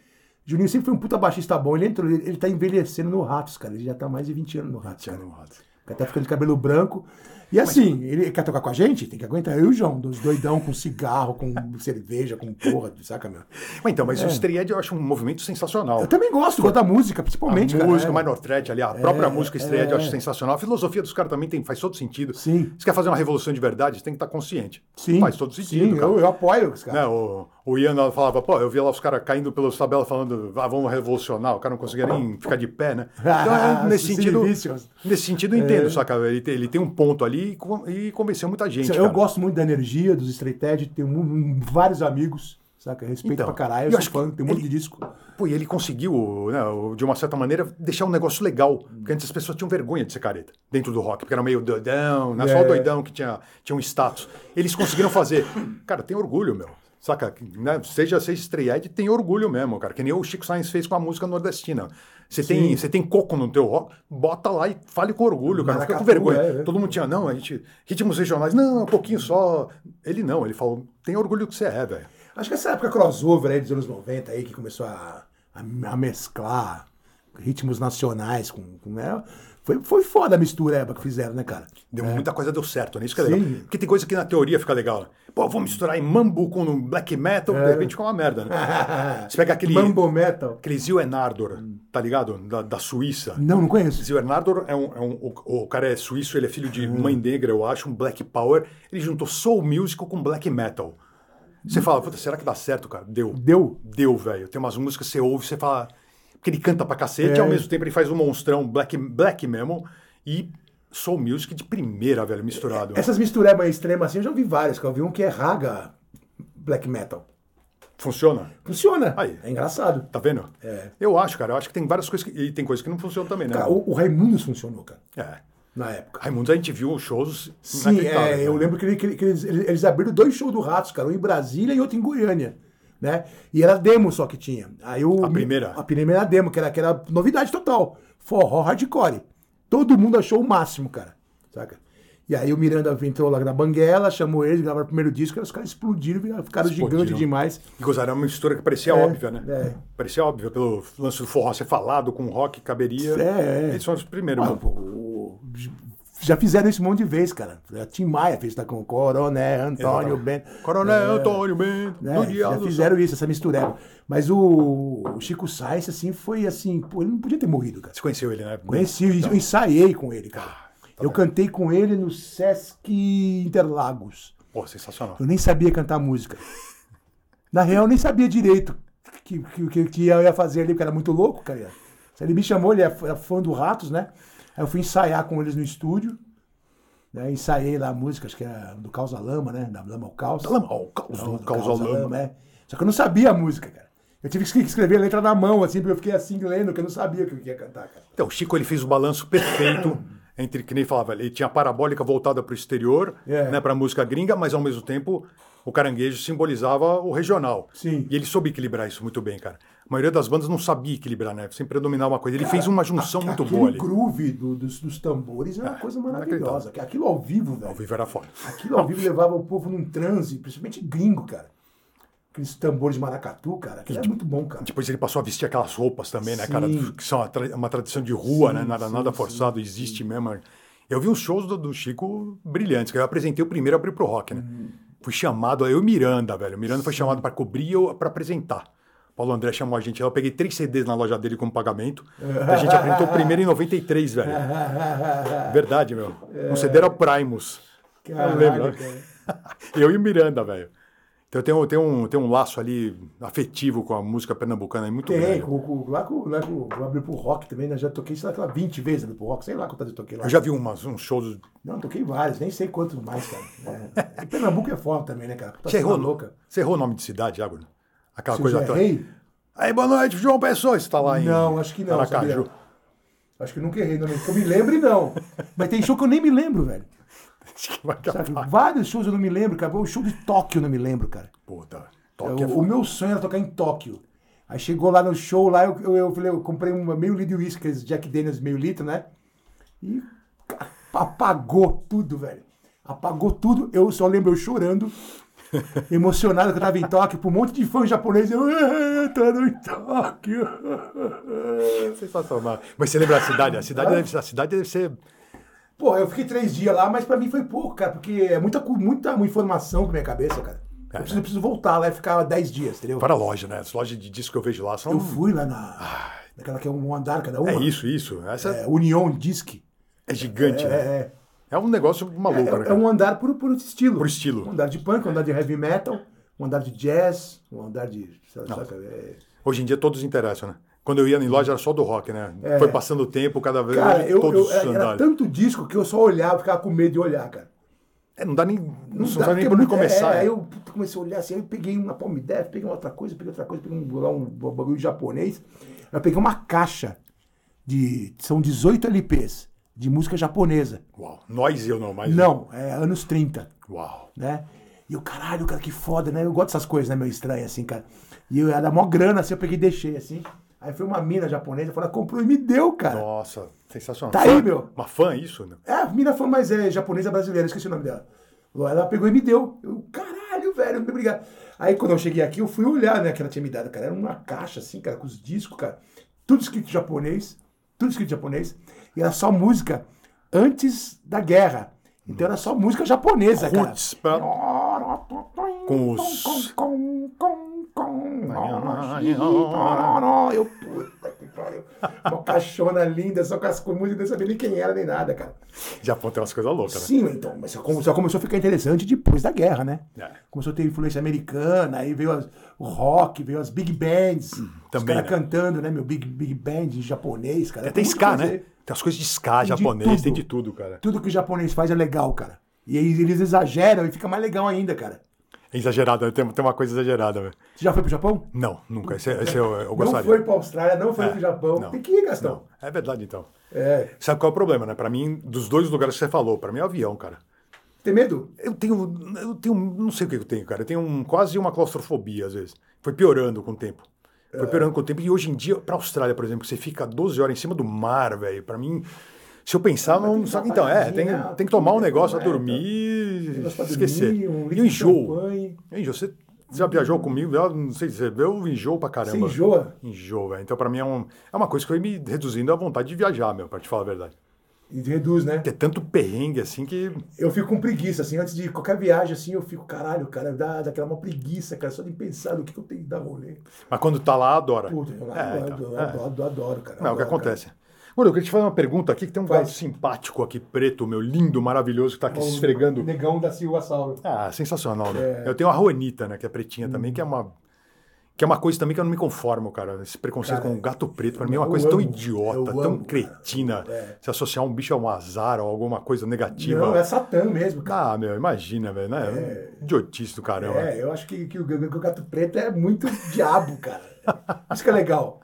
Speaker 1: Juninho sempre foi um puta baixista bom. Ele entrou, ele, ele tá envelhecendo no Ratos, cara. Ele já tá mais de 20 anos no Ratos, cara. Ele tá ficando de cabelo branco. E assim, ele quer tocar com a gente? Tem que aguentar eu e o João, dos doidão com cigarro,
Speaker 2: <laughs>
Speaker 1: com cerveja, com porra, saca, meu?
Speaker 2: Mas então, mas o Strayed eu acho um movimento sensacional.
Speaker 1: Eu também gosto, gosto da música,
Speaker 2: A
Speaker 1: principalmente, cara.
Speaker 2: música,
Speaker 1: é.
Speaker 2: o Minor Threat ali, a própria música Strayed eu acho sensacional. A filosofia dos caras também tem, faz todo sentido.
Speaker 1: Sim.
Speaker 2: Se quer fazer uma revolução de verdade, você tem que estar consciente.
Speaker 1: Sim,
Speaker 2: Faz todo sentido,
Speaker 1: Sim,
Speaker 2: cara.
Speaker 1: Eu, eu apoio os caras.
Speaker 2: Né, o, o Ian ela falava, pô, eu via lá os caras caindo pelas tabelas falando, ah, vamos revolucionar, o cara não conseguia nem ficar de pé, né? Então, é, nesse
Speaker 1: Suicide
Speaker 2: sentido,
Speaker 1: Vicious.
Speaker 2: nesse sentido eu entendo, saca? Ele tem, ele tem um ponto ali e con- e convenceu muita gente.
Speaker 1: Eu
Speaker 2: cara.
Speaker 1: gosto muito da energia dos Straight Edge, tenho mu- mu- vários amigos Saca? Respeito
Speaker 2: Então,
Speaker 1: pra caralho, eu
Speaker 2: eu
Speaker 1: sou
Speaker 2: acho que
Speaker 1: fã, tem um monte de
Speaker 2: ele-
Speaker 1: disco.
Speaker 2: Pô, e ele conseguiu, né, o- de uma certa maneira, deixar um negócio legal. Porque antes as pessoas tinham vergonha de ser careta dentro do rock, porque era meio doidão, não é só
Speaker 1: É.
Speaker 2: o doidão que tinha, tinha um status. Eles conseguiram fazer. Cara, tem orgulho, meu. Saca? Né? Seja seja estrear e tem orgulho mesmo, cara. Que nem o Chico Sainz fez com a música nordestina. Você tem, você tem coco no teu rock, bota lá e fale com orgulho, cara. Não fica com
Speaker 1: Maracatu,
Speaker 2: vergonha.
Speaker 1: é, é.
Speaker 2: Todo mundo tinha, não, a gente. Ritmos regionais, não, um pouquinho só. Ele não, ele falou, tem orgulho que você é, velho.
Speaker 1: Acho que essa época crossover aí dos anos 90 aí, que começou a, a, a mesclar ritmos nacionais com. com né? foi, foi foda a mistura época que fizeram, né, cara?
Speaker 2: Deu, Muita coisa deu certo, né? Isso que é
Speaker 1: Sim.
Speaker 2: legal. Porque tem coisa que na teoria fica legal. né? Pô, vou misturar em mambo com um black metal, de repente fica uma merda, né?
Speaker 1: <laughs>
Speaker 2: Você pega aquele.
Speaker 1: É. Mambo Hum. Metal.
Speaker 2: Aquele Zio Enardor, tá ligado? Da, da Suíça.
Speaker 1: Não, não conheço.
Speaker 2: Zio Enardor é um. é um- o, o cara é suíço, ele é filho de
Speaker 1: Hum.
Speaker 2: mãe negra, eu acho, um black power. Ele juntou soul music com black metal.
Speaker 1: Hum.
Speaker 2: Você fala, puta, será que dá certo, cara? Deu.
Speaker 1: Deu?
Speaker 2: Deu, velho. Tem umas músicas que você ouve, você fala. Porque ele canta pra cacete,
Speaker 1: É.
Speaker 2: e ao mesmo tempo ele faz um monstrão black, black mesmo. E soul music de primeira, velho, misturado.
Speaker 1: Essas misturebas extremas assim, eu já ouvi várias, que eu vi um que é raga black metal.
Speaker 2: Funciona?
Speaker 1: Funciona.
Speaker 2: Aí.
Speaker 1: É engraçado.
Speaker 2: Tá vendo?
Speaker 1: É.
Speaker 2: Eu acho, cara. Eu acho que tem várias coisas que. E tem coisas que não funcionam também, né?
Speaker 1: Cara, o, o Raimundos funcionou, cara,
Speaker 2: É.
Speaker 1: na época.
Speaker 2: Raimundos, a gente viu os shows.
Speaker 1: Sim,
Speaker 2: inacreditáveis,
Speaker 1: é, eu
Speaker 2: né?
Speaker 1: lembro que, ele- que ele- que eles, eles- eles abriram dois shows do Ratos, cara, um em Brasília e outro em Goiânia, né? E era demo só que tinha. Aí o,
Speaker 2: A primeira?
Speaker 1: A primeira demo, que era, que era novidade total. Forró hardcore. Todo mundo achou o máximo, cara, saca? E aí o Miranda entrou lá na Banguela, chamou eles, gravaram o primeiro disco, aí os caras explodiram, viraram- ficaram
Speaker 2: Explodiram.
Speaker 1: gigantes demais.
Speaker 2: E Gozar era uma mistura que parecia
Speaker 1: É,
Speaker 2: óbvia, né?
Speaker 1: é.
Speaker 2: Parecia óbvia pelo lance do forró ser falado com rock, caberia.
Speaker 1: É, é.
Speaker 2: Eles foram os primeiros.
Speaker 1: Ah,
Speaker 2: mano.
Speaker 1: pô, o- já fizeram isso um monte de vez, cara. A Tim Maia fez tá com o Coroné, Antônio
Speaker 2: Exatamente.
Speaker 1: Ben.
Speaker 2: Coronel
Speaker 1: É.
Speaker 2: Antônio Bento,
Speaker 1: né?
Speaker 2: do
Speaker 1: já
Speaker 2: Diabo do
Speaker 1: fizeram isso, essa mistureba. Mas o, o Chico Sainz, assim, foi assim, pô, ele não podia ter morrido, cara.
Speaker 2: Você conheceu ele, né?
Speaker 1: Conheci, eu ensaiei com ele, cara.
Speaker 2: tá
Speaker 1: eu
Speaker 2: bem.
Speaker 1: cantei com ele no Sesc Interlagos.
Speaker 2: Pô, sensacional.
Speaker 1: Eu nem sabia cantar música. Na real, eu nem sabia direito o que, que, que, que eu ia fazer ali, porque era muito louco, cara. Ele me chamou, ele é f- era fã do Ratos, né? Aí eu fui ensaiar com eles no estúdio. Né? Ensaiei lá a música, acho que era do Causa Lama, né? Da Lama ao Caos.
Speaker 2: Da Lama ao Caos, do Caos ao Lama.
Speaker 1: é. Só que eu não sabia a música, cara. Eu tive que escrever a letra na mão, assim, porque eu fiquei assim lendo, porque eu não sabia o que eu ia cantar, cara.
Speaker 2: Então, o Chico ele fez o balanço
Speaker 1: <coughs>
Speaker 2: perfeito entre que nem falava, ele tinha a parabólica voltada para o exterior,
Speaker 1: É.
Speaker 2: né, para a música gringa, mas ao mesmo tempo o caranguejo simbolizava o regional.
Speaker 1: Sim.
Speaker 2: E ele soube equilibrar isso muito bem, cara. A maioria das bandas não sabia equilibrar, né? Sempre predominar uma coisa. Ele fez uma junção Então, muito
Speaker 1: Aquele
Speaker 2: boa ali.
Speaker 1: groove do- dos, dos tambores é uma coisa maravilhosa. cara. Aquilo ao vivo, velho.
Speaker 2: Ao vivo era foda.
Speaker 1: Aquilo ao vivo levava o povo num transe, principalmente gringo, cara. Aqueles tambores de maracatu, cara, aquilo é muito bom, cara.
Speaker 2: Depois ele passou a vestir aquelas roupas também, né, cara?
Speaker 1: Sim.
Speaker 2: Que são uma tra- uma tradição de rua, né? Nada,
Speaker 1: sim,
Speaker 2: nada forçado, existe mesmo. Eu vi uns shows do, do Chico brilhantes, que eu apresentei o primeiro abrir pro rock, né?
Speaker 1: Uhum.
Speaker 2: Fui chamado, eu e o Miranda, velho. O Miranda foi chamado para cobrir ou para apresentar. O Paulo André chamou a gente lá, eu peguei três CDs na loja dele como pagamento. A gente apresentou o primeiro em 93, velho. Verdade, meu.
Speaker 1: É.
Speaker 2: Um CD era o Primus. <laughs>
Speaker 1: Caralho,
Speaker 2: eu lembro. né?
Speaker 1: cara.
Speaker 2: eu e o Miranda, velho. Então eu tenho, eu tenho um, tenho um laço ali afetivo com a música pernambucana, é muito
Speaker 1: Tem,
Speaker 2: grande.
Speaker 1: com, com, lá com, lá com, eu abri pro rock também, né? Já toquei, sei lá, aquela 20 vezes abri pro rock, sei lá quantas eu toquei lá.
Speaker 2: Eu já vi umas, uns shows.
Speaker 1: Não, toquei várias, nem sei quantos mais, cara.
Speaker 2: <laughs>
Speaker 1: É. E Pernambuco é foda também, né, cara? Puta
Speaker 2: Você errou,
Speaker 1: cena louca.
Speaker 2: você errou o nome de cidade, Água? Aquela
Speaker 1: Se eu
Speaker 2: coisa
Speaker 1: já
Speaker 2: toda.
Speaker 1: errei?
Speaker 2: Aí, boa noite, João Pessoa, você tá lá em
Speaker 1: Não, acho que não,
Speaker 2: Aracaju.
Speaker 1: sabia? Acho que eu nunca errei, não, que eu me lembre, não. Mas tem show que eu nem me lembro, velho.
Speaker 2: <laughs> Acho que vai
Speaker 1: Sabe?
Speaker 2: acabar.
Speaker 1: Vários shows eu não me lembro, cara. O show de Tóquio eu não me lembro, cara.
Speaker 2: Puta,
Speaker 1: Eu-
Speaker 2: toque é
Speaker 1: o
Speaker 2: foda.
Speaker 1: meu sonho era tocar em Tóquio. Aí chegou lá no show, lá eu, eu, eu falei, eu comprei uma meio litro de uísque, aqueles Jack Daniels meio litro, né? E a- apagou tudo, velho. Apagou tudo. Eu só lembro eu chorando, emocionado que eu tava em Tóquio, por um monte de fã japonês. Eu "Ah, tô no Tóquio.
Speaker 2: Sensacional. Mas você lembra a cidade? A cidade, deve, a cidade deve ser.
Speaker 1: Pô, eu fiquei três dias lá, mas pra mim foi pouco, cara, porque é muita, cu- muita informação pra minha cabeça, cara. Eu preciso, eu preciso voltar lá e ficar dez dias, entendeu?
Speaker 2: Para a loja, né? As lojas de disco que eu vejo lá são.
Speaker 1: Eu fui lá na. Naquela que é um andar, cada uma.
Speaker 2: Hum. É isso, isso. Essa é,
Speaker 1: É, Union Disc.
Speaker 2: gigante,
Speaker 1: É,
Speaker 2: né?
Speaker 1: é,
Speaker 2: É um negócio maluco, né?
Speaker 1: é, é
Speaker 2: cara?
Speaker 1: um andar por, por estilo.
Speaker 2: Por estilo.
Speaker 1: Um andar de punk, um andar de heavy metal, um andar de jazz, um andar de. sei lá, saca, é.
Speaker 2: Hoje em dia todos interessam, né? Quando eu ia em loja era só do rock, né? Foi passando o tempo, cada vez
Speaker 1: É. Cara, eu,
Speaker 2: todos
Speaker 1: eu- era,
Speaker 2: andaram.
Speaker 1: tanto disco que eu só olhava, ficava com medo de olhar, cara.
Speaker 2: É, não dá nem. Não, dá, nem
Speaker 1: porque
Speaker 2: pra
Speaker 1: é
Speaker 2: onde
Speaker 1: muito-
Speaker 2: começar.
Speaker 1: É,
Speaker 2: né?
Speaker 1: eu, puta, comecei a olhar assim, aí eu peguei uma Palm Dev, peguei uma outra coisa, peguei outra coisa, peguei um, lá um bagulho japonês. Eu peguei uma caixa de. São 18 LPs de música japonesa.
Speaker 2: Uau. Nós eu não, mas.
Speaker 1: Não, é anos 30
Speaker 2: Uau.
Speaker 1: né? E eu, caralho, cara, que foda, né? Eu gosto dessas coisas, né, meu estranho, assim, cara. E eu era mó grana, assim, eu peguei e deixei, assim. Aí foi uma mina japonesa, falou, ela comprou e me deu, cara.
Speaker 2: Nossa, sensacional.
Speaker 1: Tá
Speaker 2: Fã-
Speaker 1: aí, meu.
Speaker 2: Uma fã, isso? né?
Speaker 1: É, a mina foi, mas é japonesa brasileira, esqueci o nome dela. Ela pegou e me deu. Eu, caralho, velho, muito obrigado. Aí quando eu cheguei aqui, eu fui olhar, né, que ela tinha me dado, cara. Era uma caixa, assim, cara, com os discos, cara. Tudo escrito em japonês, tudo escrito em japonês. E era só música antes da guerra. Então era só música japonesa, cara.
Speaker 2: Roots, pra- Com os-
Speaker 1: Eu, puta que pariu. Uma caixona linda, só com as com música, eu não sabia nem quem era, nem nada, cara.
Speaker 2: Já apontei umas coisas loucas, né?
Speaker 1: Sim, então, mas só, come- só começou a ficar interessante depois da guerra, né?
Speaker 2: É.
Speaker 1: Começou a ter influência americana, aí veio as- o rock, veio as big bands, os
Speaker 2: também,
Speaker 1: caras
Speaker 2: né?
Speaker 1: cantando, né, meu, big, big band em japonês, cara.
Speaker 2: Tem até
Speaker 1: é muito
Speaker 2: ska,
Speaker 1: fazer.
Speaker 2: né? Tem as coisas de ska
Speaker 1: Tem de
Speaker 2: japonês, tem
Speaker 1: tudo.
Speaker 2: de tudo, cara.
Speaker 1: Tudo que o japonês faz é legal, cara. E aí eles exageram e fica mais legal ainda, cara.
Speaker 2: É exagerado, né? tem, tem uma coisa exagerada, velho.
Speaker 1: Você já foi pro Japão?
Speaker 2: Não, nunca. Esse, é, esse eu, eu
Speaker 1: Não
Speaker 2: gostaria.
Speaker 1: foi pra Austrália, não foi
Speaker 2: É,
Speaker 1: pro Japão.
Speaker 2: não.
Speaker 1: Tem que ir, Gastão.
Speaker 2: Não, É verdade, então.
Speaker 1: É.
Speaker 2: Sabe qual é o problema, né? Pra mim, dos dois lugares que você falou, pra mim é avião, cara.
Speaker 1: Tem medo?
Speaker 2: Eu tenho, eu tenho, não sei o que eu tenho, cara. Eu tenho um- quase uma claustrofobia, às vezes. Foi piorando com o tempo.
Speaker 1: É.
Speaker 2: Foi piorando com o tempo. E hoje em dia, pra Austrália, por exemplo, que você fica 12 horas em cima do mar, velho. Pra mim, se eu pensar, não.
Speaker 1: tem que dar uma
Speaker 2: então, é, tem,
Speaker 1: paradinha,
Speaker 2: tem que tomar
Speaker 1: É,
Speaker 2: um
Speaker 1: tem que
Speaker 2: negócio
Speaker 1: tomar,
Speaker 2: pra dormir,
Speaker 1: Negócio pra
Speaker 2: esquecer.
Speaker 1: dormir, um
Speaker 2: e
Speaker 1: litro
Speaker 2: o
Speaker 1: de
Speaker 2: enjoo.
Speaker 1: champanhe.
Speaker 2: Eu enjoo. Você já viajou comigo? Eu não sei dizer. Eu enjoo pra caramba.
Speaker 1: Você enjoa?
Speaker 2: Enjoo, velho. Então, pra mim, é, um, é uma coisa que foi me reduzindo a vontade de viajar, meu, pra te falar a verdade.
Speaker 1: E reduz, né?
Speaker 2: Ter tanto perrengue assim que.
Speaker 1: Eu fico com preguiça, assim, antes de qualquer viagem, assim, eu fico, caralho, cara, dá, dá aquela uma preguiça, cara, só de pensar no que, que eu tenho que dar rolê.
Speaker 2: Mas quando tá lá, adora.
Speaker 1: Puta, eu
Speaker 2: É,
Speaker 1: adoro,
Speaker 2: então,
Speaker 1: eu
Speaker 2: é.
Speaker 1: adoro, eu adoro, cara.
Speaker 2: Não, é o que
Speaker 1: adoro, cara.
Speaker 2: acontece. Olha, eu queria te fazer uma pergunta aqui, que tem um
Speaker 1: Faz.
Speaker 2: gato simpático aqui, preto, meu lindo, maravilhoso, que tá aqui se
Speaker 1: O
Speaker 2: esfregando.
Speaker 1: Negão da Silva Sauro.
Speaker 2: Ah, sensacional,
Speaker 1: É.
Speaker 2: né? Eu tenho a Juanita, né, que é pretinha
Speaker 1: Hum.
Speaker 2: também, que é uma... Que é uma coisa também que eu não me conformo, cara. Esse preconceito
Speaker 1: Cara,
Speaker 2: com o gato preto, pra mim, é
Speaker 1: eu
Speaker 2: uma coisa tão
Speaker 1: amo. Eu
Speaker 2: idiota,
Speaker 1: amo,
Speaker 2: tão
Speaker 1: cara.
Speaker 2: cretina.
Speaker 1: É.
Speaker 2: Se associar um bicho a um azar ou alguma coisa negativa.
Speaker 1: Não, é Satã mesmo, cara.
Speaker 2: Ah, meu, imagina, velho, né? Idiotice do caramba.
Speaker 1: É, eu acho que, que o, que o gato preto é muito diabo, cara. Isso que é legal.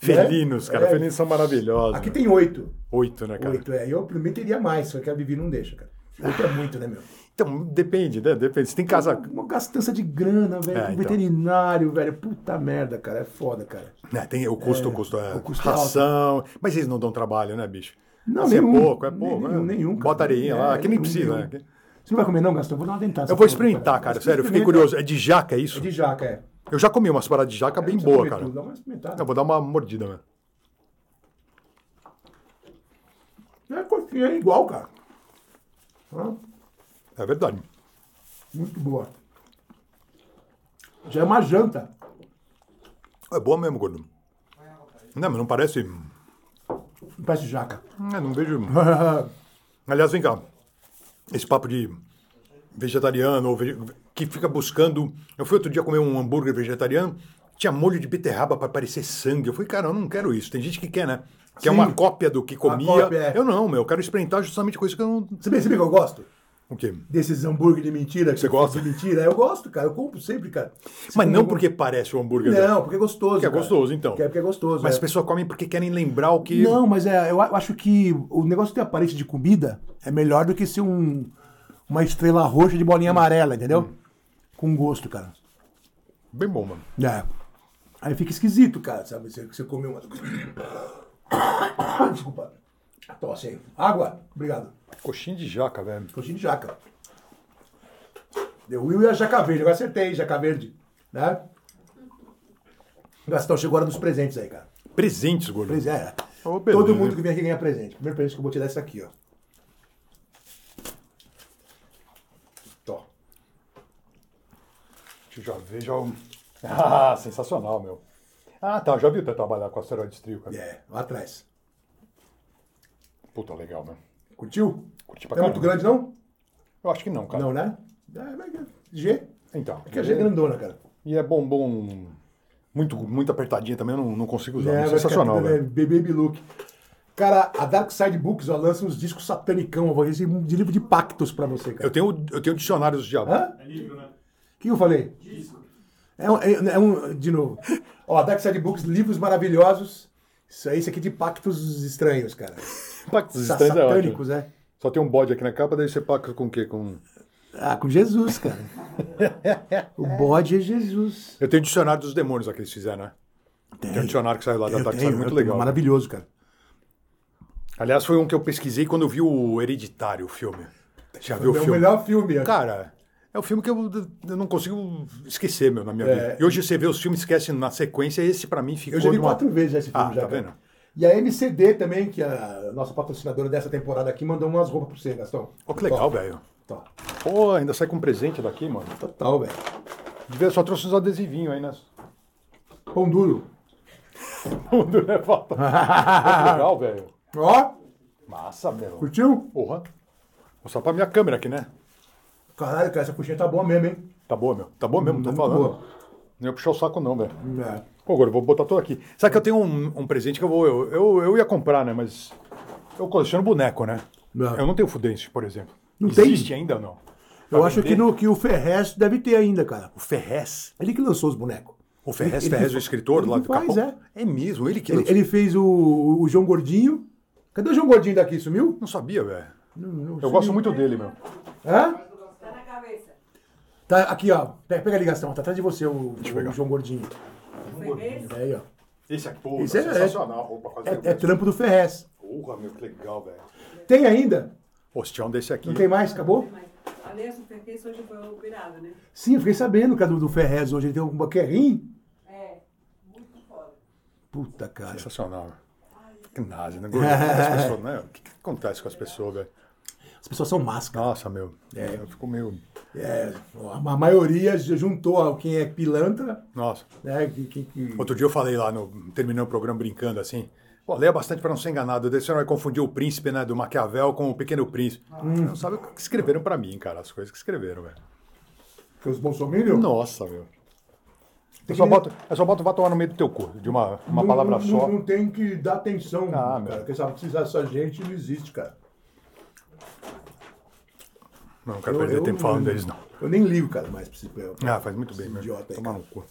Speaker 2: Felinos,
Speaker 1: É,
Speaker 2: cara.
Speaker 1: é.
Speaker 2: Felinos são maravilhosos.
Speaker 1: Aqui
Speaker 2: né?
Speaker 1: tem oito.
Speaker 2: Oito, né, cara?
Speaker 1: Oito, é. Eu, por mim, teria mais, só que a Vivi não deixa, cara. Oito é muito, né, meu?
Speaker 2: Então, depende, né? Depende. Você tem casa...
Speaker 1: Uma gastança de grana, velho.
Speaker 2: É,
Speaker 1: com
Speaker 2: então.
Speaker 1: Veterinário, velho. Puta merda, cara. É foda, cara.
Speaker 2: É, tem o custo, o custo, é,
Speaker 1: o custo é
Speaker 2: ração. Mas eles não dão trabalho, né, bicho?
Speaker 1: Não,
Speaker 2: Assim,
Speaker 1: nenhum.
Speaker 2: É pouco, é pouco.
Speaker 1: Nenhum,
Speaker 2: né?
Speaker 1: nenhum, cara.
Speaker 2: Bota areinha
Speaker 1: É,
Speaker 2: lá, que nem
Speaker 1: nenhum,
Speaker 2: precisa,
Speaker 1: nenhum.
Speaker 2: né?
Speaker 1: Você não vai comer, não, Gastão? Vou dar uma dentada.
Speaker 2: Eu vou experimentar, cara, sério, eu fiquei curioso. É de jaca, é
Speaker 1: É
Speaker 2: isso?
Speaker 1: de jaca, é.
Speaker 2: Eu já comi umas paradas de jaca bem
Speaker 1: Você
Speaker 2: boa,
Speaker 1: come
Speaker 2: cara.
Speaker 1: tudo, Dá uma experimentada.
Speaker 2: Eu vou dar uma mordida, né? mano.
Speaker 1: É coxinha, é igual, cara. Hã?
Speaker 2: É verdade.
Speaker 1: Muito boa. Já é uma janta.
Speaker 2: É boa mesmo, gordo. Não, mas não parece... é,
Speaker 1: Não parece um jaca.
Speaker 2: Não vejo... <laughs> Aliás, vem cá. Esse papo de vegetariano, ou vege- que fica buscando. Eu fui outro dia comer um hambúrguer vegetariano, tinha molho de beterraba para parecer sangue. Eu falei, cara, eu não quero isso. Tem gente que quer, né? Que é
Speaker 1: Sim.
Speaker 2: uma cópia do que comia.
Speaker 1: cópia, é.
Speaker 2: Eu não, meu. Eu quero experimentar justamente coisa que eu não.
Speaker 1: Você bem, sabe que eu gosto?
Speaker 2: O quê?
Speaker 1: Desses hambúrguer de mentira. que
Speaker 2: Você gosta?
Speaker 1: De mentira. Eu gosto, cara. Eu compro sempre, cara. Você
Speaker 2: Mas
Speaker 1: come
Speaker 2: não
Speaker 1: algum-
Speaker 2: porque parece o hambúrguer. dela.
Speaker 1: Não, porque é gostoso.
Speaker 2: Porque é
Speaker 1: cara.
Speaker 2: gostoso, então.
Speaker 1: Porque é, porque é gostoso.
Speaker 2: Mas
Speaker 1: é.
Speaker 2: as pessoas comem porque querem lembrar o que.
Speaker 1: Não, mas é, eu a- acho que o negócio de ter aparência de comida é melhor do que ser um, uma estrela roxa de bolinha amarela, entendeu? Com gosto, cara.
Speaker 2: Bem bom, mano.
Speaker 1: É. Aí fica esquisito, cara, sabe? Você, você comeu uma. <coughs> Desculpa. Tosse aí. Água? Obrigado.
Speaker 2: Coxinha de jaca, velho.
Speaker 1: Coxinha de jaca. Deu Will e a jaca verde. Agora acertei, jaca verde. Né? Gastão, chegou a hora dos presentes aí, cara.
Speaker 2: Presentes, gordo.
Speaker 1: Pois é.
Speaker 2: Ô, beleza.
Speaker 1: Todo mundo que vem aqui ganha presente. Primeiro presente que eu vou te dar é esse aqui, ó. Tó.
Speaker 2: Eu já vejo. um- <laughs> Ah, sensacional, meu. Ah, tá. Já viu eu trabalhar com asteroides trio, cara?
Speaker 1: É, lá atrás.
Speaker 2: Puta, legal, meu.
Speaker 1: Curtiu?
Speaker 2: Curti
Speaker 1: Não
Speaker 2: pra
Speaker 1: é muito
Speaker 2: caramba.
Speaker 1: grande, não?
Speaker 2: Eu acho que não, cara.
Speaker 1: Não, né? É, mas é G.
Speaker 2: Então.
Speaker 1: Porque a G é grandona, cara.
Speaker 2: E é bombom muito, muito apertadinha também, eu não, não consigo usar.
Speaker 1: É,
Speaker 2: É,
Speaker 1: vai
Speaker 2: sensacional,
Speaker 1: ficar tudo,
Speaker 2: velho.
Speaker 1: né? Baby Baby Look. Cara, a Dark Side Books ó, lança uns discos satanicão, eu vou dizer, de livro de pactos pra você, cara.
Speaker 2: Eu tenho, eu tenho dicionários de diabo.
Speaker 1: Hã?
Speaker 5: É livro, né?
Speaker 1: O que eu falei? É um, é, é um. De novo. Ó, Dark Side Books, livros maravilhosos. Isso aí, isso aqui de pactos estranhos, cara.
Speaker 2: Pactos
Speaker 1: Sa-
Speaker 2: estranhos é ótimo.
Speaker 1: satânicos, é.
Speaker 2: Só tem um bode aqui na capa, daí você pacta com o quê? Com...
Speaker 1: Ah, com Jesus, cara. o bode é Jesus.
Speaker 2: Eu tenho o dicionário dos demônios lá que eles fizeram, né? Tem, um dicionário que saiu lá da
Speaker 1: Eu
Speaker 2: Dark Side,
Speaker 1: tenho,
Speaker 2: muito
Speaker 1: eu-
Speaker 2: legal.
Speaker 1: Maravilhoso, cara.
Speaker 2: Aliás, foi um que eu pesquisei quando eu vi o Hereditário, o filme. Já viu o
Speaker 1: é o
Speaker 2: filme?
Speaker 1: melhor filme.
Speaker 2: Cara, é o filme que eu, eu não consigo esquecer, meu, na minha
Speaker 1: É.
Speaker 2: vida. E hoje você vê os filmes, esquece na sequência, esse pra mim ficou...
Speaker 1: Eu já vi
Speaker 2: de uma-
Speaker 1: quatro vezes já esse filme.
Speaker 2: Ah,
Speaker 1: já,
Speaker 2: tá
Speaker 1: cara.
Speaker 2: vendo?
Speaker 1: E a MCD também, que é a nossa patrocinadora dessa temporada aqui, mandou umas roupas pra você, Gastão.
Speaker 2: Ó, que legal, velho.
Speaker 1: Tó,
Speaker 2: Pô, ainda sai com um presente daqui, mano.
Speaker 1: tó, Total, velho.
Speaker 2: Devia só trouxe uns
Speaker 1: <laughs>
Speaker 2: adesivinhos aí, né?
Speaker 1: Pão duro.
Speaker 2: Mundo, né, Fábio? Que legal, velho.
Speaker 1: Ó,
Speaker 2: Massa, meu.
Speaker 1: curtiu?
Speaker 2: Porra. Vou mostrar pra minha câmera aqui, né?
Speaker 1: Caralho, cara, essa coxinha tá boa mesmo, hein?
Speaker 2: Tá boa, meu. Tá boa mesmo, tô
Speaker 1: Muito
Speaker 2: falando.
Speaker 1: boa.
Speaker 2: Não ia puxar o saco, não, velho.
Speaker 1: É.
Speaker 2: Pô, agora eu vou botar tudo aqui. Sabe que eu tenho um, um presente que eu vou. Eu, eu, eu ia comprar, né? Mas. Eu coleciono boneco, né?
Speaker 1: Não.
Speaker 2: Eu não tenho Fudense, por exemplo.
Speaker 1: É. Não tem?
Speaker 2: Existe ainda ou não?
Speaker 1: Eu
Speaker 2: Pra
Speaker 1: acho
Speaker 2: vender?
Speaker 1: que, no, que o Ferrez deve ter ainda, cara.
Speaker 2: O Ferrez.
Speaker 1: Ele que lançou os bonecos.
Speaker 2: O Ferrez,
Speaker 1: Ele-
Speaker 2: Ferrez, o escritor
Speaker 1: ele
Speaker 2: lá
Speaker 1: que
Speaker 2: do
Speaker 1: faz,
Speaker 2: Capão. É. mesmo, ele que.
Speaker 1: Ele, ele fez o, o João Gordinho. Cadê o João Gordinho daqui? Sumiu?
Speaker 2: Não sabia, velho.
Speaker 1: Não, não,
Speaker 2: Eu gosto muito dele, meu.
Speaker 1: Hã?
Speaker 4: Tá na cabeça.
Speaker 1: Tá aqui, ó. Pega, pega a ligação. Tá atrás de você o,
Speaker 2: eu pegar.
Speaker 1: o João Gordinho. É
Speaker 4: Foi mesmo?
Speaker 1: Aí, ó.
Speaker 2: Esse aqui, pô,
Speaker 1: Esse é-
Speaker 2: sensacional. Roupa quase
Speaker 1: É, é trampo do Ferrez.
Speaker 2: Porra, meu, que legal, velho.
Speaker 1: Tem ainda?
Speaker 2: Pô, se tiver um desse aqui.
Speaker 1: Não tem mais? Acabou?
Speaker 4: Mas, aliás, o Perquês hoje foi operado, né?
Speaker 1: Sim, eu fiquei sabendo, cara, do, do Ferrez hoje. Ele tem um boquerrinho.
Speaker 4: É, muito foda.
Speaker 1: Puta, cara.
Speaker 2: Sensacional. Que nazi, né? gordinho? As pessoas, né? O que, que acontece com as pessoas, velho?
Speaker 1: As pessoas são más, cara.
Speaker 2: Nossa, meu. É. Eu fico meio.
Speaker 1: É, a a maioria juntou a quem é pilantra,
Speaker 2: Nossa.
Speaker 1: né? que- que- que-
Speaker 2: Outro dia eu falei lá, no, terminando o programa brincando assim. Pô, leia bastante pra não ser enganado. Daí Você não vai confundir o príncipe, né? Do Maquiavel com o pequeno príncipe.
Speaker 1: Ah,
Speaker 2: Não sabe o que escreveram pra mim, cara. As coisas que escreveram, velho.
Speaker 1: que é os bolsominions?
Speaker 2: Nossa, meu. Eu só, boto, eu só boto vai tomar no meio do teu cu, de uma, uma
Speaker 1: Não-
Speaker 2: palavra
Speaker 1: não,
Speaker 2: só.
Speaker 1: <laughs> Não, não tem que dar atenção,
Speaker 2: Ah, meu.
Speaker 1: cara. Porque sabe precisar dessa gente não existe, cara.
Speaker 2: Não, não quero
Speaker 1: Eu-
Speaker 2: perder
Speaker 1: eu
Speaker 2: tempo falando deles, não.
Speaker 1: Eu nem ligo, cara, mais pra esse- pra-
Speaker 2: Ah, faz muito bem, meu.
Speaker 1: idiota aí,
Speaker 2: Tomar
Speaker 1: cara.
Speaker 2: no cu.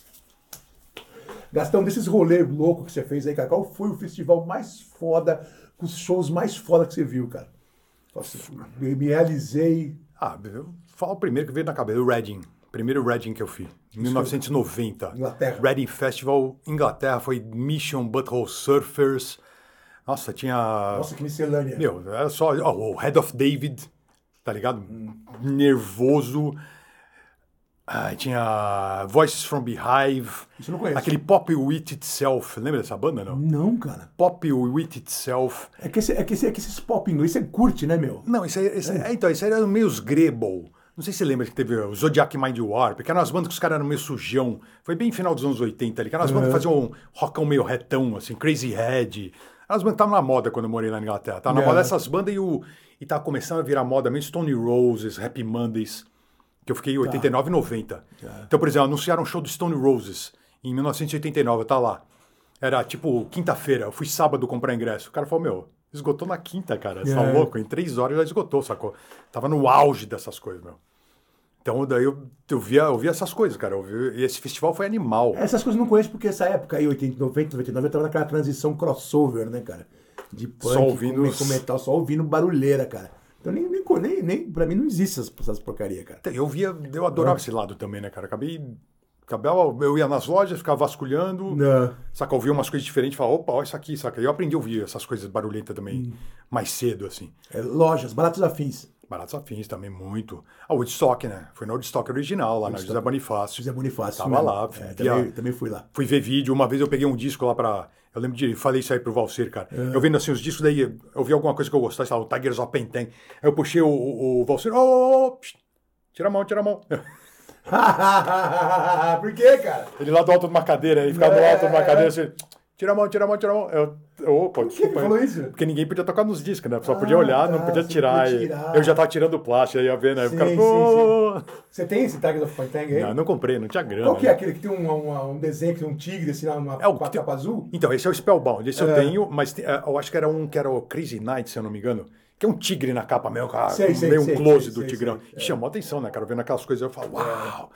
Speaker 1: Gastão, desses rolês loucos que você fez aí, cara, qual foi o festival mais foda, com os shows mais foda que você viu, cara? Nossa, me, me realizei.
Speaker 2: Ah, eu falo o primeiro que veio na cabeça, o Reading. Primeiro Reading que eu fiz, em 1990.
Speaker 1: Inglaterra.
Speaker 2: Reading Festival, Inglaterra, foi Mission Butthole Surfers. Nossa, tinha...
Speaker 1: Nossa, que miscelânea.
Speaker 2: Meu, era só... ó, o Head of David, tá ligado?
Speaker 1: Hum.
Speaker 2: Nervoso. Ah, tinha Voices from Beehive.
Speaker 1: Isso eu não conheço. Hum.
Speaker 2: Aquele Pop Wit Itself. Lembra dessa banda, não?
Speaker 1: Não, cara.
Speaker 2: Pop Wit Itself.
Speaker 1: É que, esse, é, que esse, é que esses pop inglês você curte, né, meu?
Speaker 2: Não, isso aí, isso aí- é, então, isso aí era meio os Grebel. Não sei se você lembra que teve o Zodiac Mind Warp, que eram as bandas que os caras eram meio sujão. Foi bem final dos anos 80 ali, que eram as bandas que faziam um rockão meio retão, assim, Crazy Head. Elas bandas que estavam na moda quando eu morei lá na Inglaterra. Tava na
Speaker 1: É.
Speaker 2: moda essas bandas e, o, e tava começando a virar moda mesmo Stone Roses, Happy Mondays, que eu fiquei em 89 e 90. Então, por exemplo, anunciaram um show do Stone Roses em 1989, tá lá. Era tipo quinta-feira, eu fui sábado comprar ingresso. O cara falou, meu, esgotou na quinta, cara. Você tá
Speaker 1: É.
Speaker 2: louco? Em três horas já esgotou, sacou? Tava no auge dessas coisas, meu. Então daí eu, eu, via, eu via essas coisas, cara. Eu vi- e esse festival foi animal.
Speaker 1: Essas coisas eu não conheço porque essa época aí, 80, 90, 99, eu tava naquela transição crossover, né, cara? De punk
Speaker 2: Só ouvindo
Speaker 1: com,
Speaker 2: os-
Speaker 1: com metal, só ouvindo barulheira, cara. Então nem, nem, co- nem, nem pra mim não existe essas, essas porcaria, cara.
Speaker 2: Eu via, eu adorava esse lado também, né, cara? Acabei. Acabava, eu ia nas lojas, ficava vasculhando.
Speaker 1: Não.
Speaker 2: Saca, eu via umas coisas diferentes e falava, opa, olha isso aqui, saca? Eu aprendi a ouvir essas coisas barulhentas também
Speaker 1: Hum.
Speaker 2: mais cedo, assim.
Speaker 1: É, lojas, baratos afins.
Speaker 2: Baratos afins também, muito. A Woodstock, né? Foi na Woodstock original, lá na José Bonifácio.
Speaker 1: José Bonifácio.
Speaker 2: Tava
Speaker 1: mesmo.
Speaker 2: lá,
Speaker 1: É,
Speaker 2: via-
Speaker 1: também, também fui lá.
Speaker 2: Fui ver vídeo, uma vez eu peguei um disco lá pra. Eu lembro de. Falei isso aí pro Valser, cara.
Speaker 1: É.
Speaker 2: Eu vendo assim os discos, daí eu vi alguma coisa que eu gostasse, sei lá, o Tigers of Pain Aí eu puxei o, o, o Valser, ô, ô, ô, psh, tira a mão, tira a mão.
Speaker 1: <laughs> Por quê, cara?
Speaker 2: Ele lá do alto de uma cadeira, ele ficava do
Speaker 1: É.
Speaker 2: alto de uma cadeira assim, tira a mão, tira a mão, tira a mão. Eu, eu, opa,
Speaker 1: que ele
Speaker 2: desculpa.
Speaker 1: falou isso?
Speaker 2: Porque ninguém podia tocar nos discos, né? Só
Speaker 1: Ah,
Speaker 2: podia olhar,
Speaker 1: tá,
Speaker 2: não podia
Speaker 1: você não
Speaker 2: tirar.
Speaker 1: podia
Speaker 2: e-
Speaker 1: tirar.
Speaker 2: Eu já tava tirando o plástico, aí ia vendo, aí o
Speaker 1: Sim,
Speaker 2: cara.
Speaker 1: sim,
Speaker 2: "Ô".
Speaker 1: Você tem esse Tiger of Pantang aí?
Speaker 2: Não, eu não comprei, não tinha grana.
Speaker 1: Qual que é
Speaker 2: né?
Speaker 1: aquele que tem um, um, um desenho, que tem um tigre assim, na- numa
Speaker 2: É o
Speaker 1: com a
Speaker 2: que tem-
Speaker 1: capa azul?
Speaker 2: Então, esse é o Spellbound. Esse eu
Speaker 1: É.
Speaker 2: tenho, mas te- é, eu acho que era um que era o Crazy Knight, se eu não me engano. Que é um tigre na capa mesmo, cara.
Speaker 1: Sei, sei,
Speaker 2: meio um
Speaker 1: sei,
Speaker 2: close
Speaker 1: sei,
Speaker 2: do
Speaker 1: sei,
Speaker 2: tigrão.
Speaker 1: sei, é.
Speaker 2: Chamou atenção, né, cara? Vendo aquelas coisas, eu falo, uau!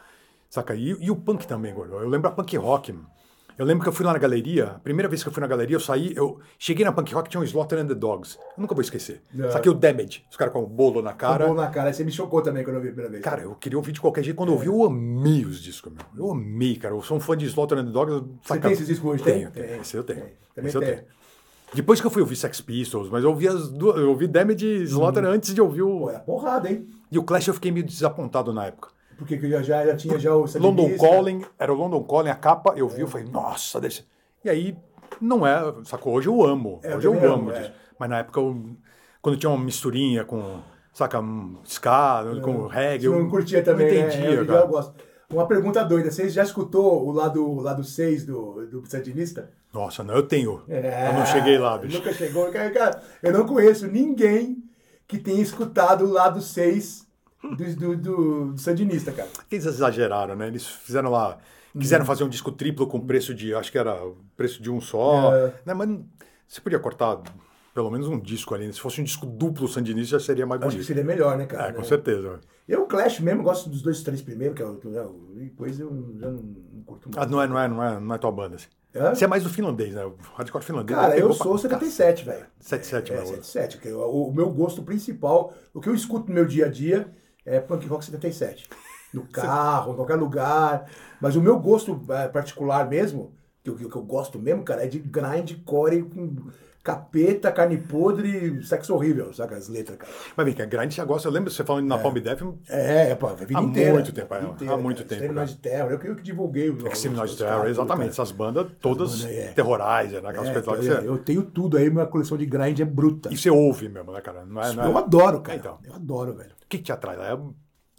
Speaker 2: Saca? E, e o punk também, gordo. Eu lembro a punk rock. mano. Eu lembro que eu fui lá na galeria, a primeira vez que eu fui na galeria, eu saí, eu cheguei na punk rock, tinha um Slaughter and the Dogs. Eu nunca vou esquecer.
Speaker 1: É.
Speaker 2: Saquei o Damage, os caras com o bolo na cara.
Speaker 1: Tomou na cara. Aí Você me chocou também quando eu vi a primeira vez.
Speaker 2: Cara, eu queria ouvir de qualquer jeito. Quando
Speaker 1: É.
Speaker 2: eu ouvi, eu amei os discos, meu. Eu amei, cara. Eu sou um fã de Slaughter and the Dogs.
Speaker 1: Você tem esses discos hoje?
Speaker 2: Tenho,
Speaker 1: Tem,
Speaker 2: tenho.
Speaker 1: tem.
Speaker 2: Esse eu tenho.
Speaker 1: Tem. Também
Speaker 2: Esse eu
Speaker 1: tenho.
Speaker 2: tenho. Depois que eu fui ouvir Sex Pistols, mas eu ouvi as duas. Eu ouvi Damage e
Speaker 1: Uhum.
Speaker 2: Slaughter antes de ouvir o.
Speaker 1: Pô, era porrada, hein?
Speaker 2: E o Clash eu fiquei meio desapontado na época.
Speaker 1: Porque que eu já, já tinha já o
Speaker 2: London
Speaker 1: Sandinista.
Speaker 2: Calling, era o London Calling, a capa, eu
Speaker 1: É.
Speaker 2: vi, eu falei, nossa, deixa. E aí, não é, sacou? Hoje eu amo,
Speaker 1: É, eu
Speaker 2: hoje eu,
Speaker 1: também
Speaker 2: amo.
Speaker 1: amo, é.
Speaker 2: disso. Mas na época, eu- quando tinha uma misturinha com, saca, um ska, com reggae,
Speaker 1: É. Você não curtia também,
Speaker 2: não
Speaker 1: né?
Speaker 2: entendia,
Speaker 1: Eu- eu,
Speaker 2: cara.
Speaker 1: gosto. Uma pergunta doida. Você já escutou o lado, o lado 6 do, do Sandinista?
Speaker 2: Nossa, não, eu tenho.
Speaker 1: É,
Speaker 2: Eu não cheguei lá, bicho.
Speaker 1: Nunca chegou. Cara, cara, eu não conheço ninguém que tenha escutado o lado 6 do, do, do, do Sandinista, cara.
Speaker 2: Eles exageraram, né? Eles fizeram lá.
Speaker 1: Hum.
Speaker 2: Quiseram fazer um disco triplo com preço de. Acho que era o preço de um só.
Speaker 1: É.
Speaker 2: Né? Mas não- você podia cortar pelo menos um disco ali. né? Se fosse um disco duplo sandinista, já seria mais
Speaker 1: Acho que
Speaker 2: bonito.
Speaker 1: seria melhor, né, cara?
Speaker 2: É, com certeza.
Speaker 1: Eu, Clash mesmo, gosto dos dois, três primeiros, que é o. que é o- E depois eu já não, não curto muito.
Speaker 2: Ah, não, é, não, é, não, é, não é tua banda. Assim.
Speaker 1: Hã?
Speaker 2: Você é mais do finlandês, né? O hardcore finlandês.
Speaker 1: Cara,
Speaker 2: pegou
Speaker 1: eu
Speaker 2: pra né?
Speaker 1: sou 77, velho.
Speaker 2: 77,
Speaker 1: é,
Speaker 2: meu.
Speaker 1: 77. Que eu- o, o meu gosto principal, o que eu escuto no meu dia a dia é punk rock 77.
Speaker 2: <laughs>
Speaker 1: No carro, em qualquer lugar. Mas o meu gosto eh, particular mesmo, que eu, que eu gosto mesmo, cara, é de grind, core com capeta, carne podre, sexo horrível, saca? As letras, cara.
Speaker 2: Mas vem cá, grande já gosta. Eu lembro você falando na Palm Def,
Speaker 1: É, é, pô, a vida
Speaker 2: Há
Speaker 1: inteira.
Speaker 2: muito tempo,
Speaker 1: a vida
Speaker 2: é, há muito
Speaker 1: cara.
Speaker 2: tempo,
Speaker 1: Exterminado de Terra, eu que, eu que divulguei o
Speaker 2: Exterminado
Speaker 1: os-
Speaker 2: de
Speaker 1: os
Speaker 2: Terror,
Speaker 1: caras,
Speaker 2: exatamente.
Speaker 1: cara.
Speaker 2: Essas bandas todas
Speaker 1: bandas, é.
Speaker 2: terrorais, né? Aquelas
Speaker 1: É,
Speaker 2: coisas lá que
Speaker 1: eu,
Speaker 2: você.
Speaker 1: eu tenho tudo aí, minha coleção de grind é bruta.
Speaker 2: E você ouve mesmo, né, cara? Não é, não é...
Speaker 1: Eu adoro, cara.
Speaker 2: Então.
Speaker 1: Eu adoro, velho.
Speaker 2: O que que te atrai? lá? É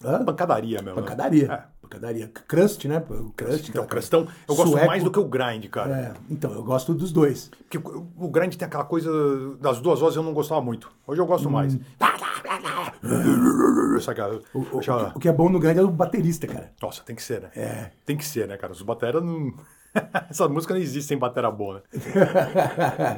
Speaker 1: Hã?
Speaker 2: pancadaria mesmo. né?
Speaker 1: Pancadaria.
Speaker 2: É.
Speaker 1: Pancadaria. Crust, né? pô, O crust.
Speaker 2: Então,
Speaker 1: aquela-
Speaker 2: o crustão, eu gosto
Speaker 1: Sueco.
Speaker 2: mais do que o grind, cara.
Speaker 1: É, então, eu gosto dos dois.
Speaker 2: Porque o grind tem aquela coisa das duas horas eu não gostava muito. Hoje eu
Speaker 1: Hum.
Speaker 2: gosto mais. Tá, Saca?
Speaker 1: O, o-
Speaker 2: Achava-
Speaker 1: o que é bom no grande é o baterista,
Speaker 2: <laughs>
Speaker 1: cara.
Speaker 2: Nossa, tem que ser, né?
Speaker 1: É.
Speaker 2: Tem que ser, né, cara? Os batera não. <laughs> Essa música não existe sem batera boa, né?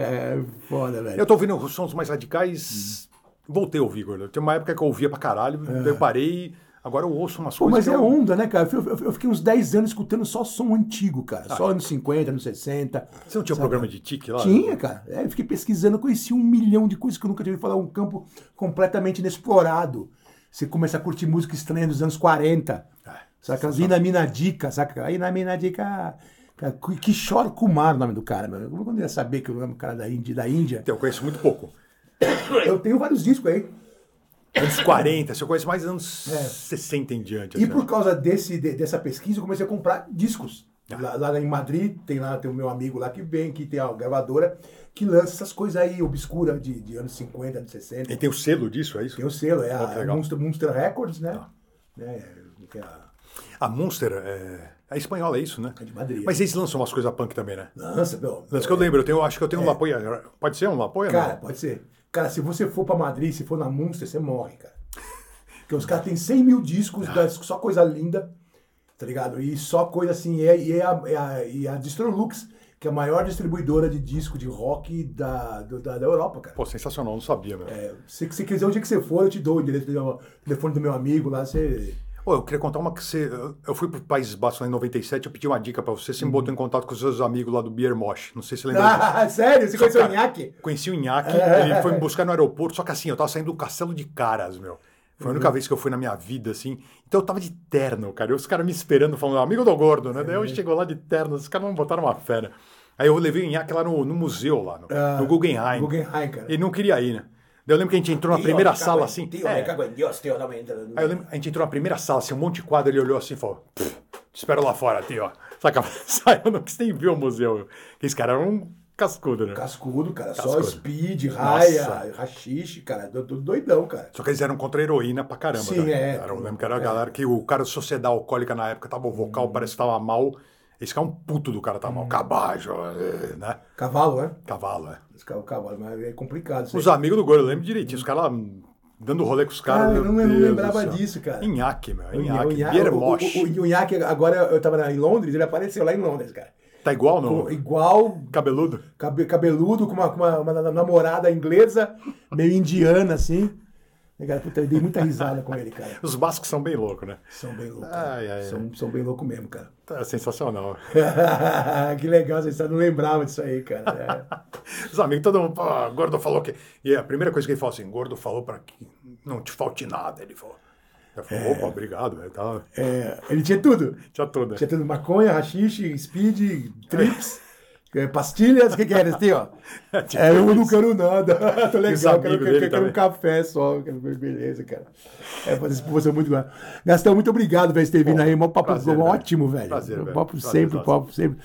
Speaker 1: É Foda, velho.
Speaker 2: Eu tô ouvindo os sons mais radicais.
Speaker 1: Hum.
Speaker 2: Voltei a ouvir, gordo. Tem uma época que eu ouvia pra caralho, daí eu parei. Agora eu ouço umas
Speaker 1: É. Pô,
Speaker 2: coisas.
Speaker 1: mas
Speaker 2: que
Speaker 1: é
Speaker 2: eu-
Speaker 1: onda, né, cara? Eu, eu- eu fiquei uns 10 anos escutando só som antigo, cara.
Speaker 2: Ah.
Speaker 1: Só anos 50, anos 60.
Speaker 2: Você não tinha programa de tique lá?
Speaker 1: Tinha, cara. É, eu fiquei pesquisando, eu conheci um milhão de coisas que eu nunca tive falar, um campo completamente inexplorado. Você começa a curtir música estranha dos anos 40.
Speaker 2: É.
Speaker 1: Saca? As Inamina Dica, saca? Inamina Dica. Cara, Ki- Kishore Kumar, é o nome do cara, meu. Como eu ia saber que eu amo o cara da Índia? Da Índia?
Speaker 2: Então, eu conheço muito pouco.
Speaker 1: Eu tenho vários discos aí.
Speaker 2: Anos 40, se eu conheço mais anos
Speaker 1: É.
Speaker 2: 60 em diante.
Speaker 1: E
Speaker 2: assim,
Speaker 1: por causa desse, de- dessa pesquisa, eu comecei a comprar discos. Lá, lá em Madrid, tem lá tem o meu amigo lá que vem, que tem a gravadora, que lança essas coisas aí, obscura, de, de anos 50, anos 60.
Speaker 2: E tem o selo disso, é isso?
Speaker 1: Tem o selo, é
Speaker 2: Ó, que
Speaker 1: a é
Speaker 2: legal. Tá.
Speaker 1: Monster, Monster Records, né? É, que é a-
Speaker 2: A Monster é, é espanhola, é isso, né?
Speaker 1: é de Madrid.
Speaker 2: Mas eles lançam umas coisas punk também, né?
Speaker 1: Lança, meu.
Speaker 2: Lança que eu lembro, eu tenho, acho que eu tenho um Lapoia. Pode ser um Lapoia?
Speaker 1: É. Cara,
Speaker 2: não?
Speaker 1: pode ser. Cara, se você for pra Madrid, se for na Monster, você morre,
Speaker 2: <laughs>
Speaker 1: cara. Porque os caras têm 100 mil discos,
Speaker 2: Tá.
Speaker 1: das- só coisa linda, tá ligado? E só coisa assim, e é, e é a, é a- e a Distrolux, que é a maior distribuidora de disco de rock da, do- da, da Europa, cara.
Speaker 2: Pô, sensacional, não sabia, meu.
Speaker 1: É, se, se quiser, o dia que você for, eu te dou o direito, o telefone do meu amigo lá, você...
Speaker 2: Ô, eu queria contar uma que você. eu- Eu fui pro País Basco lá em 97, eu pedi uma dica pra você, você me botou em contato com os seus amigos lá do Beer Mosh. Não sei se você lembra disso.
Speaker 1: Uhum. <laughs> Ah, sério? Você conheceu o Nhaque?
Speaker 2: Conheci o Nhaque, ele foi me buscar no aeroporto, só que assim, eu tava saindo do castelo de caras, meu. Foi a única vez que eu fui na minha vida, assim. Então eu tava de terno, cara. E os caras me esperando, falando, amigo do gordo, né? Daí eu chegou lá de terno, os caras não botaram uma fera. né? Aí eu levei o Nhaque lá no, no museu, lá, no,
Speaker 1: Ah,
Speaker 2: no Guggenheim.
Speaker 1: Guggenheim, cara.
Speaker 2: Ele não queria ir, né? Daí eu lembro que a gente entrou na primeira sala, assim.
Speaker 1: né?
Speaker 2: é. Aí eu lembro, a gente entrou na primeira sala, assim, um monte de quadro, ele olhou assim e falou, "Pff, te espero lá fora, tio. Saca? <laughs> Saiu, não quis nem ver o museu. Esse cara era um cascudo, né?
Speaker 1: Cascudo, cara. Só
Speaker 2: Cascudo.
Speaker 1: speed,
Speaker 2: Nossa.
Speaker 1: raia, rachixe, cara. do- do- Doidão, cara.
Speaker 2: Só que eles eram contra a heroína pra caramba,
Speaker 1: Sim,
Speaker 2: né?
Speaker 1: é.
Speaker 2: Era, eu lembro que era a galera que o cara de sociedade alcoólica na época tava o
Speaker 1: Hum.
Speaker 2: vocal, parece que tava mal. Esse cara é um puto do cara tá mal. Cabajo, é, né?
Speaker 1: Cavalo, né?
Speaker 2: Cavalo, é.
Speaker 1: Esse ca- O cavalo, mas é complicado. Isso
Speaker 2: Os
Speaker 1: aí.
Speaker 2: amigos do Goro, eu lembro direitinho. Os caras hum, dando rolê com os caras.
Speaker 1: Cara,
Speaker 2: meu
Speaker 1: eu não- eu não
Speaker 2: Deus do
Speaker 1: lembrava
Speaker 2: céu.
Speaker 1: disso, cara.
Speaker 2: Inhaque, meu.
Speaker 1: O Nha- o
Speaker 2: Inhaque.
Speaker 1: Nha-
Speaker 2: Biermosh.
Speaker 1: o- o- O Nhaque, agora eu tava lá em Londres, ele apareceu lá em Londres, cara.
Speaker 2: Tá igual, não?
Speaker 1: Com- Igual,
Speaker 2: Cabeludo?
Speaker 1: cabe- cabeludo, com uma, com uma- uma namorada inglesa, meio indiana, assim. Né, cara? Puta, eu dei muita risada com ele, cara.
Speaker 2: Os bascos são bem loucos, né?
Speaker 1: São bem loucos.
Speaker 2: Ai, ai, ai.
Speaker 1: São, são bem loucos mesmo, cara. <laughs>
Speaker 2: Tá sensacional.
Speaker 1: que legal, vocês não lembrava disso aí, cara. É.
Speaker 2: Os amigos, todo mundo, pô, gordo falou que. E a primeira coisa que ele falou assim, gordo falou pra que não te falte nada. Ele falou. Eu falei, opa, obrigado, velho. Tá,
Speaker 1: É, ele tinha tudo.
Speaker 2: tinha tudo. né?
Speaker 1: Tinha tudo maconha, rachixe, speed,
Speaker 2: <laughs>
Speaker 1: trips, eh, pastilhas, o que que era? Esse ó. É, eu não quero
Speaker 2: <laughs>
Speaker 1: nada. <laughs> Tô
Speaker 2: Os
Speaker 1: legal, eu quero,
Speaker 2: amigos dele
Speaker 1: quero, quero um
Speaker 2: também.
Speaker 1: café só. quero- Beleza, cara. É, fazer isso por você é muito legal. Gastão, muito obrigado, velho, por ter vindo aí. Mó papo
Speaker 2: prazer,
Speaker 1: mó
Speaker 2: velho.
Speaker 1: ótimo, velho.
Speaker 2: Prazer, velho.
Speaker 1: Papo
Speaker 2: Prazer,
Speaker 1: sempre,
Speaker 2: nossa.
Speaker 1: papo sempre.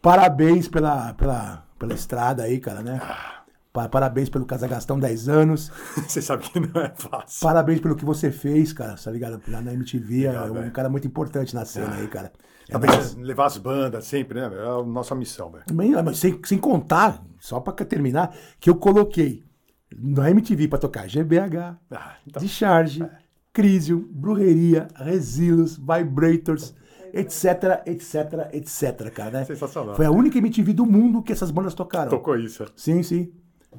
Speaker 1: Parabéns pela, pela, pela estrada aí, cara, né?
Speaker 2: Ah.
Speaker 1: Pa- Parabéns pelo Casa Gastão 10 anos.
Speaker 2: <laughs> Você sabe que não é fácil.
Speaker 1: Parabéns pelo que você fez, cara, tá ligado? Lá na MTV, é um
Speaker 2: velho. Ah,
Speaker 1: cara muito importante na cena aí, cara. É nóis.
Speaker 2: Talvez levar as bandas sempre, né? velho? É a nossa missão, velho.
Speaker 1: Bem, ah, mas sem, sem contar, só pra terminar, que eu coloquei na MTV pra tocar GBH,
Speaker 2: Ah, então,
Speaker 1: Discharge, Crisium, Brujeria, Resilos, Vibrators, etc, etc, etc, cara. Né?
Speaker 2: Sensacional.
Speaker 1: Foi a única MTV do mundo que essas bandas tocaram.
Speaker 2: tocou isso. é.
Speaker 1: Sim, sim.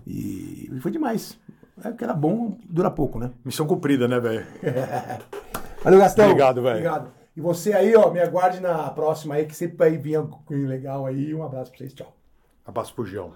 Speaker 1: E foi demais. É que era bom, dura pouco, né?
Speaker 2: Missão cumprida, né, velho?
Speaker 1: Valeu, Gastão.
Speaker 2: Obrigado, velho.
Speaker 1: Obrigado. E você aí, ó, me aguarde na próxima aí, que sempre aí vinha um legal aí. Um abraço pra vocês, tchau.
Speaker 2: Abraço pro João.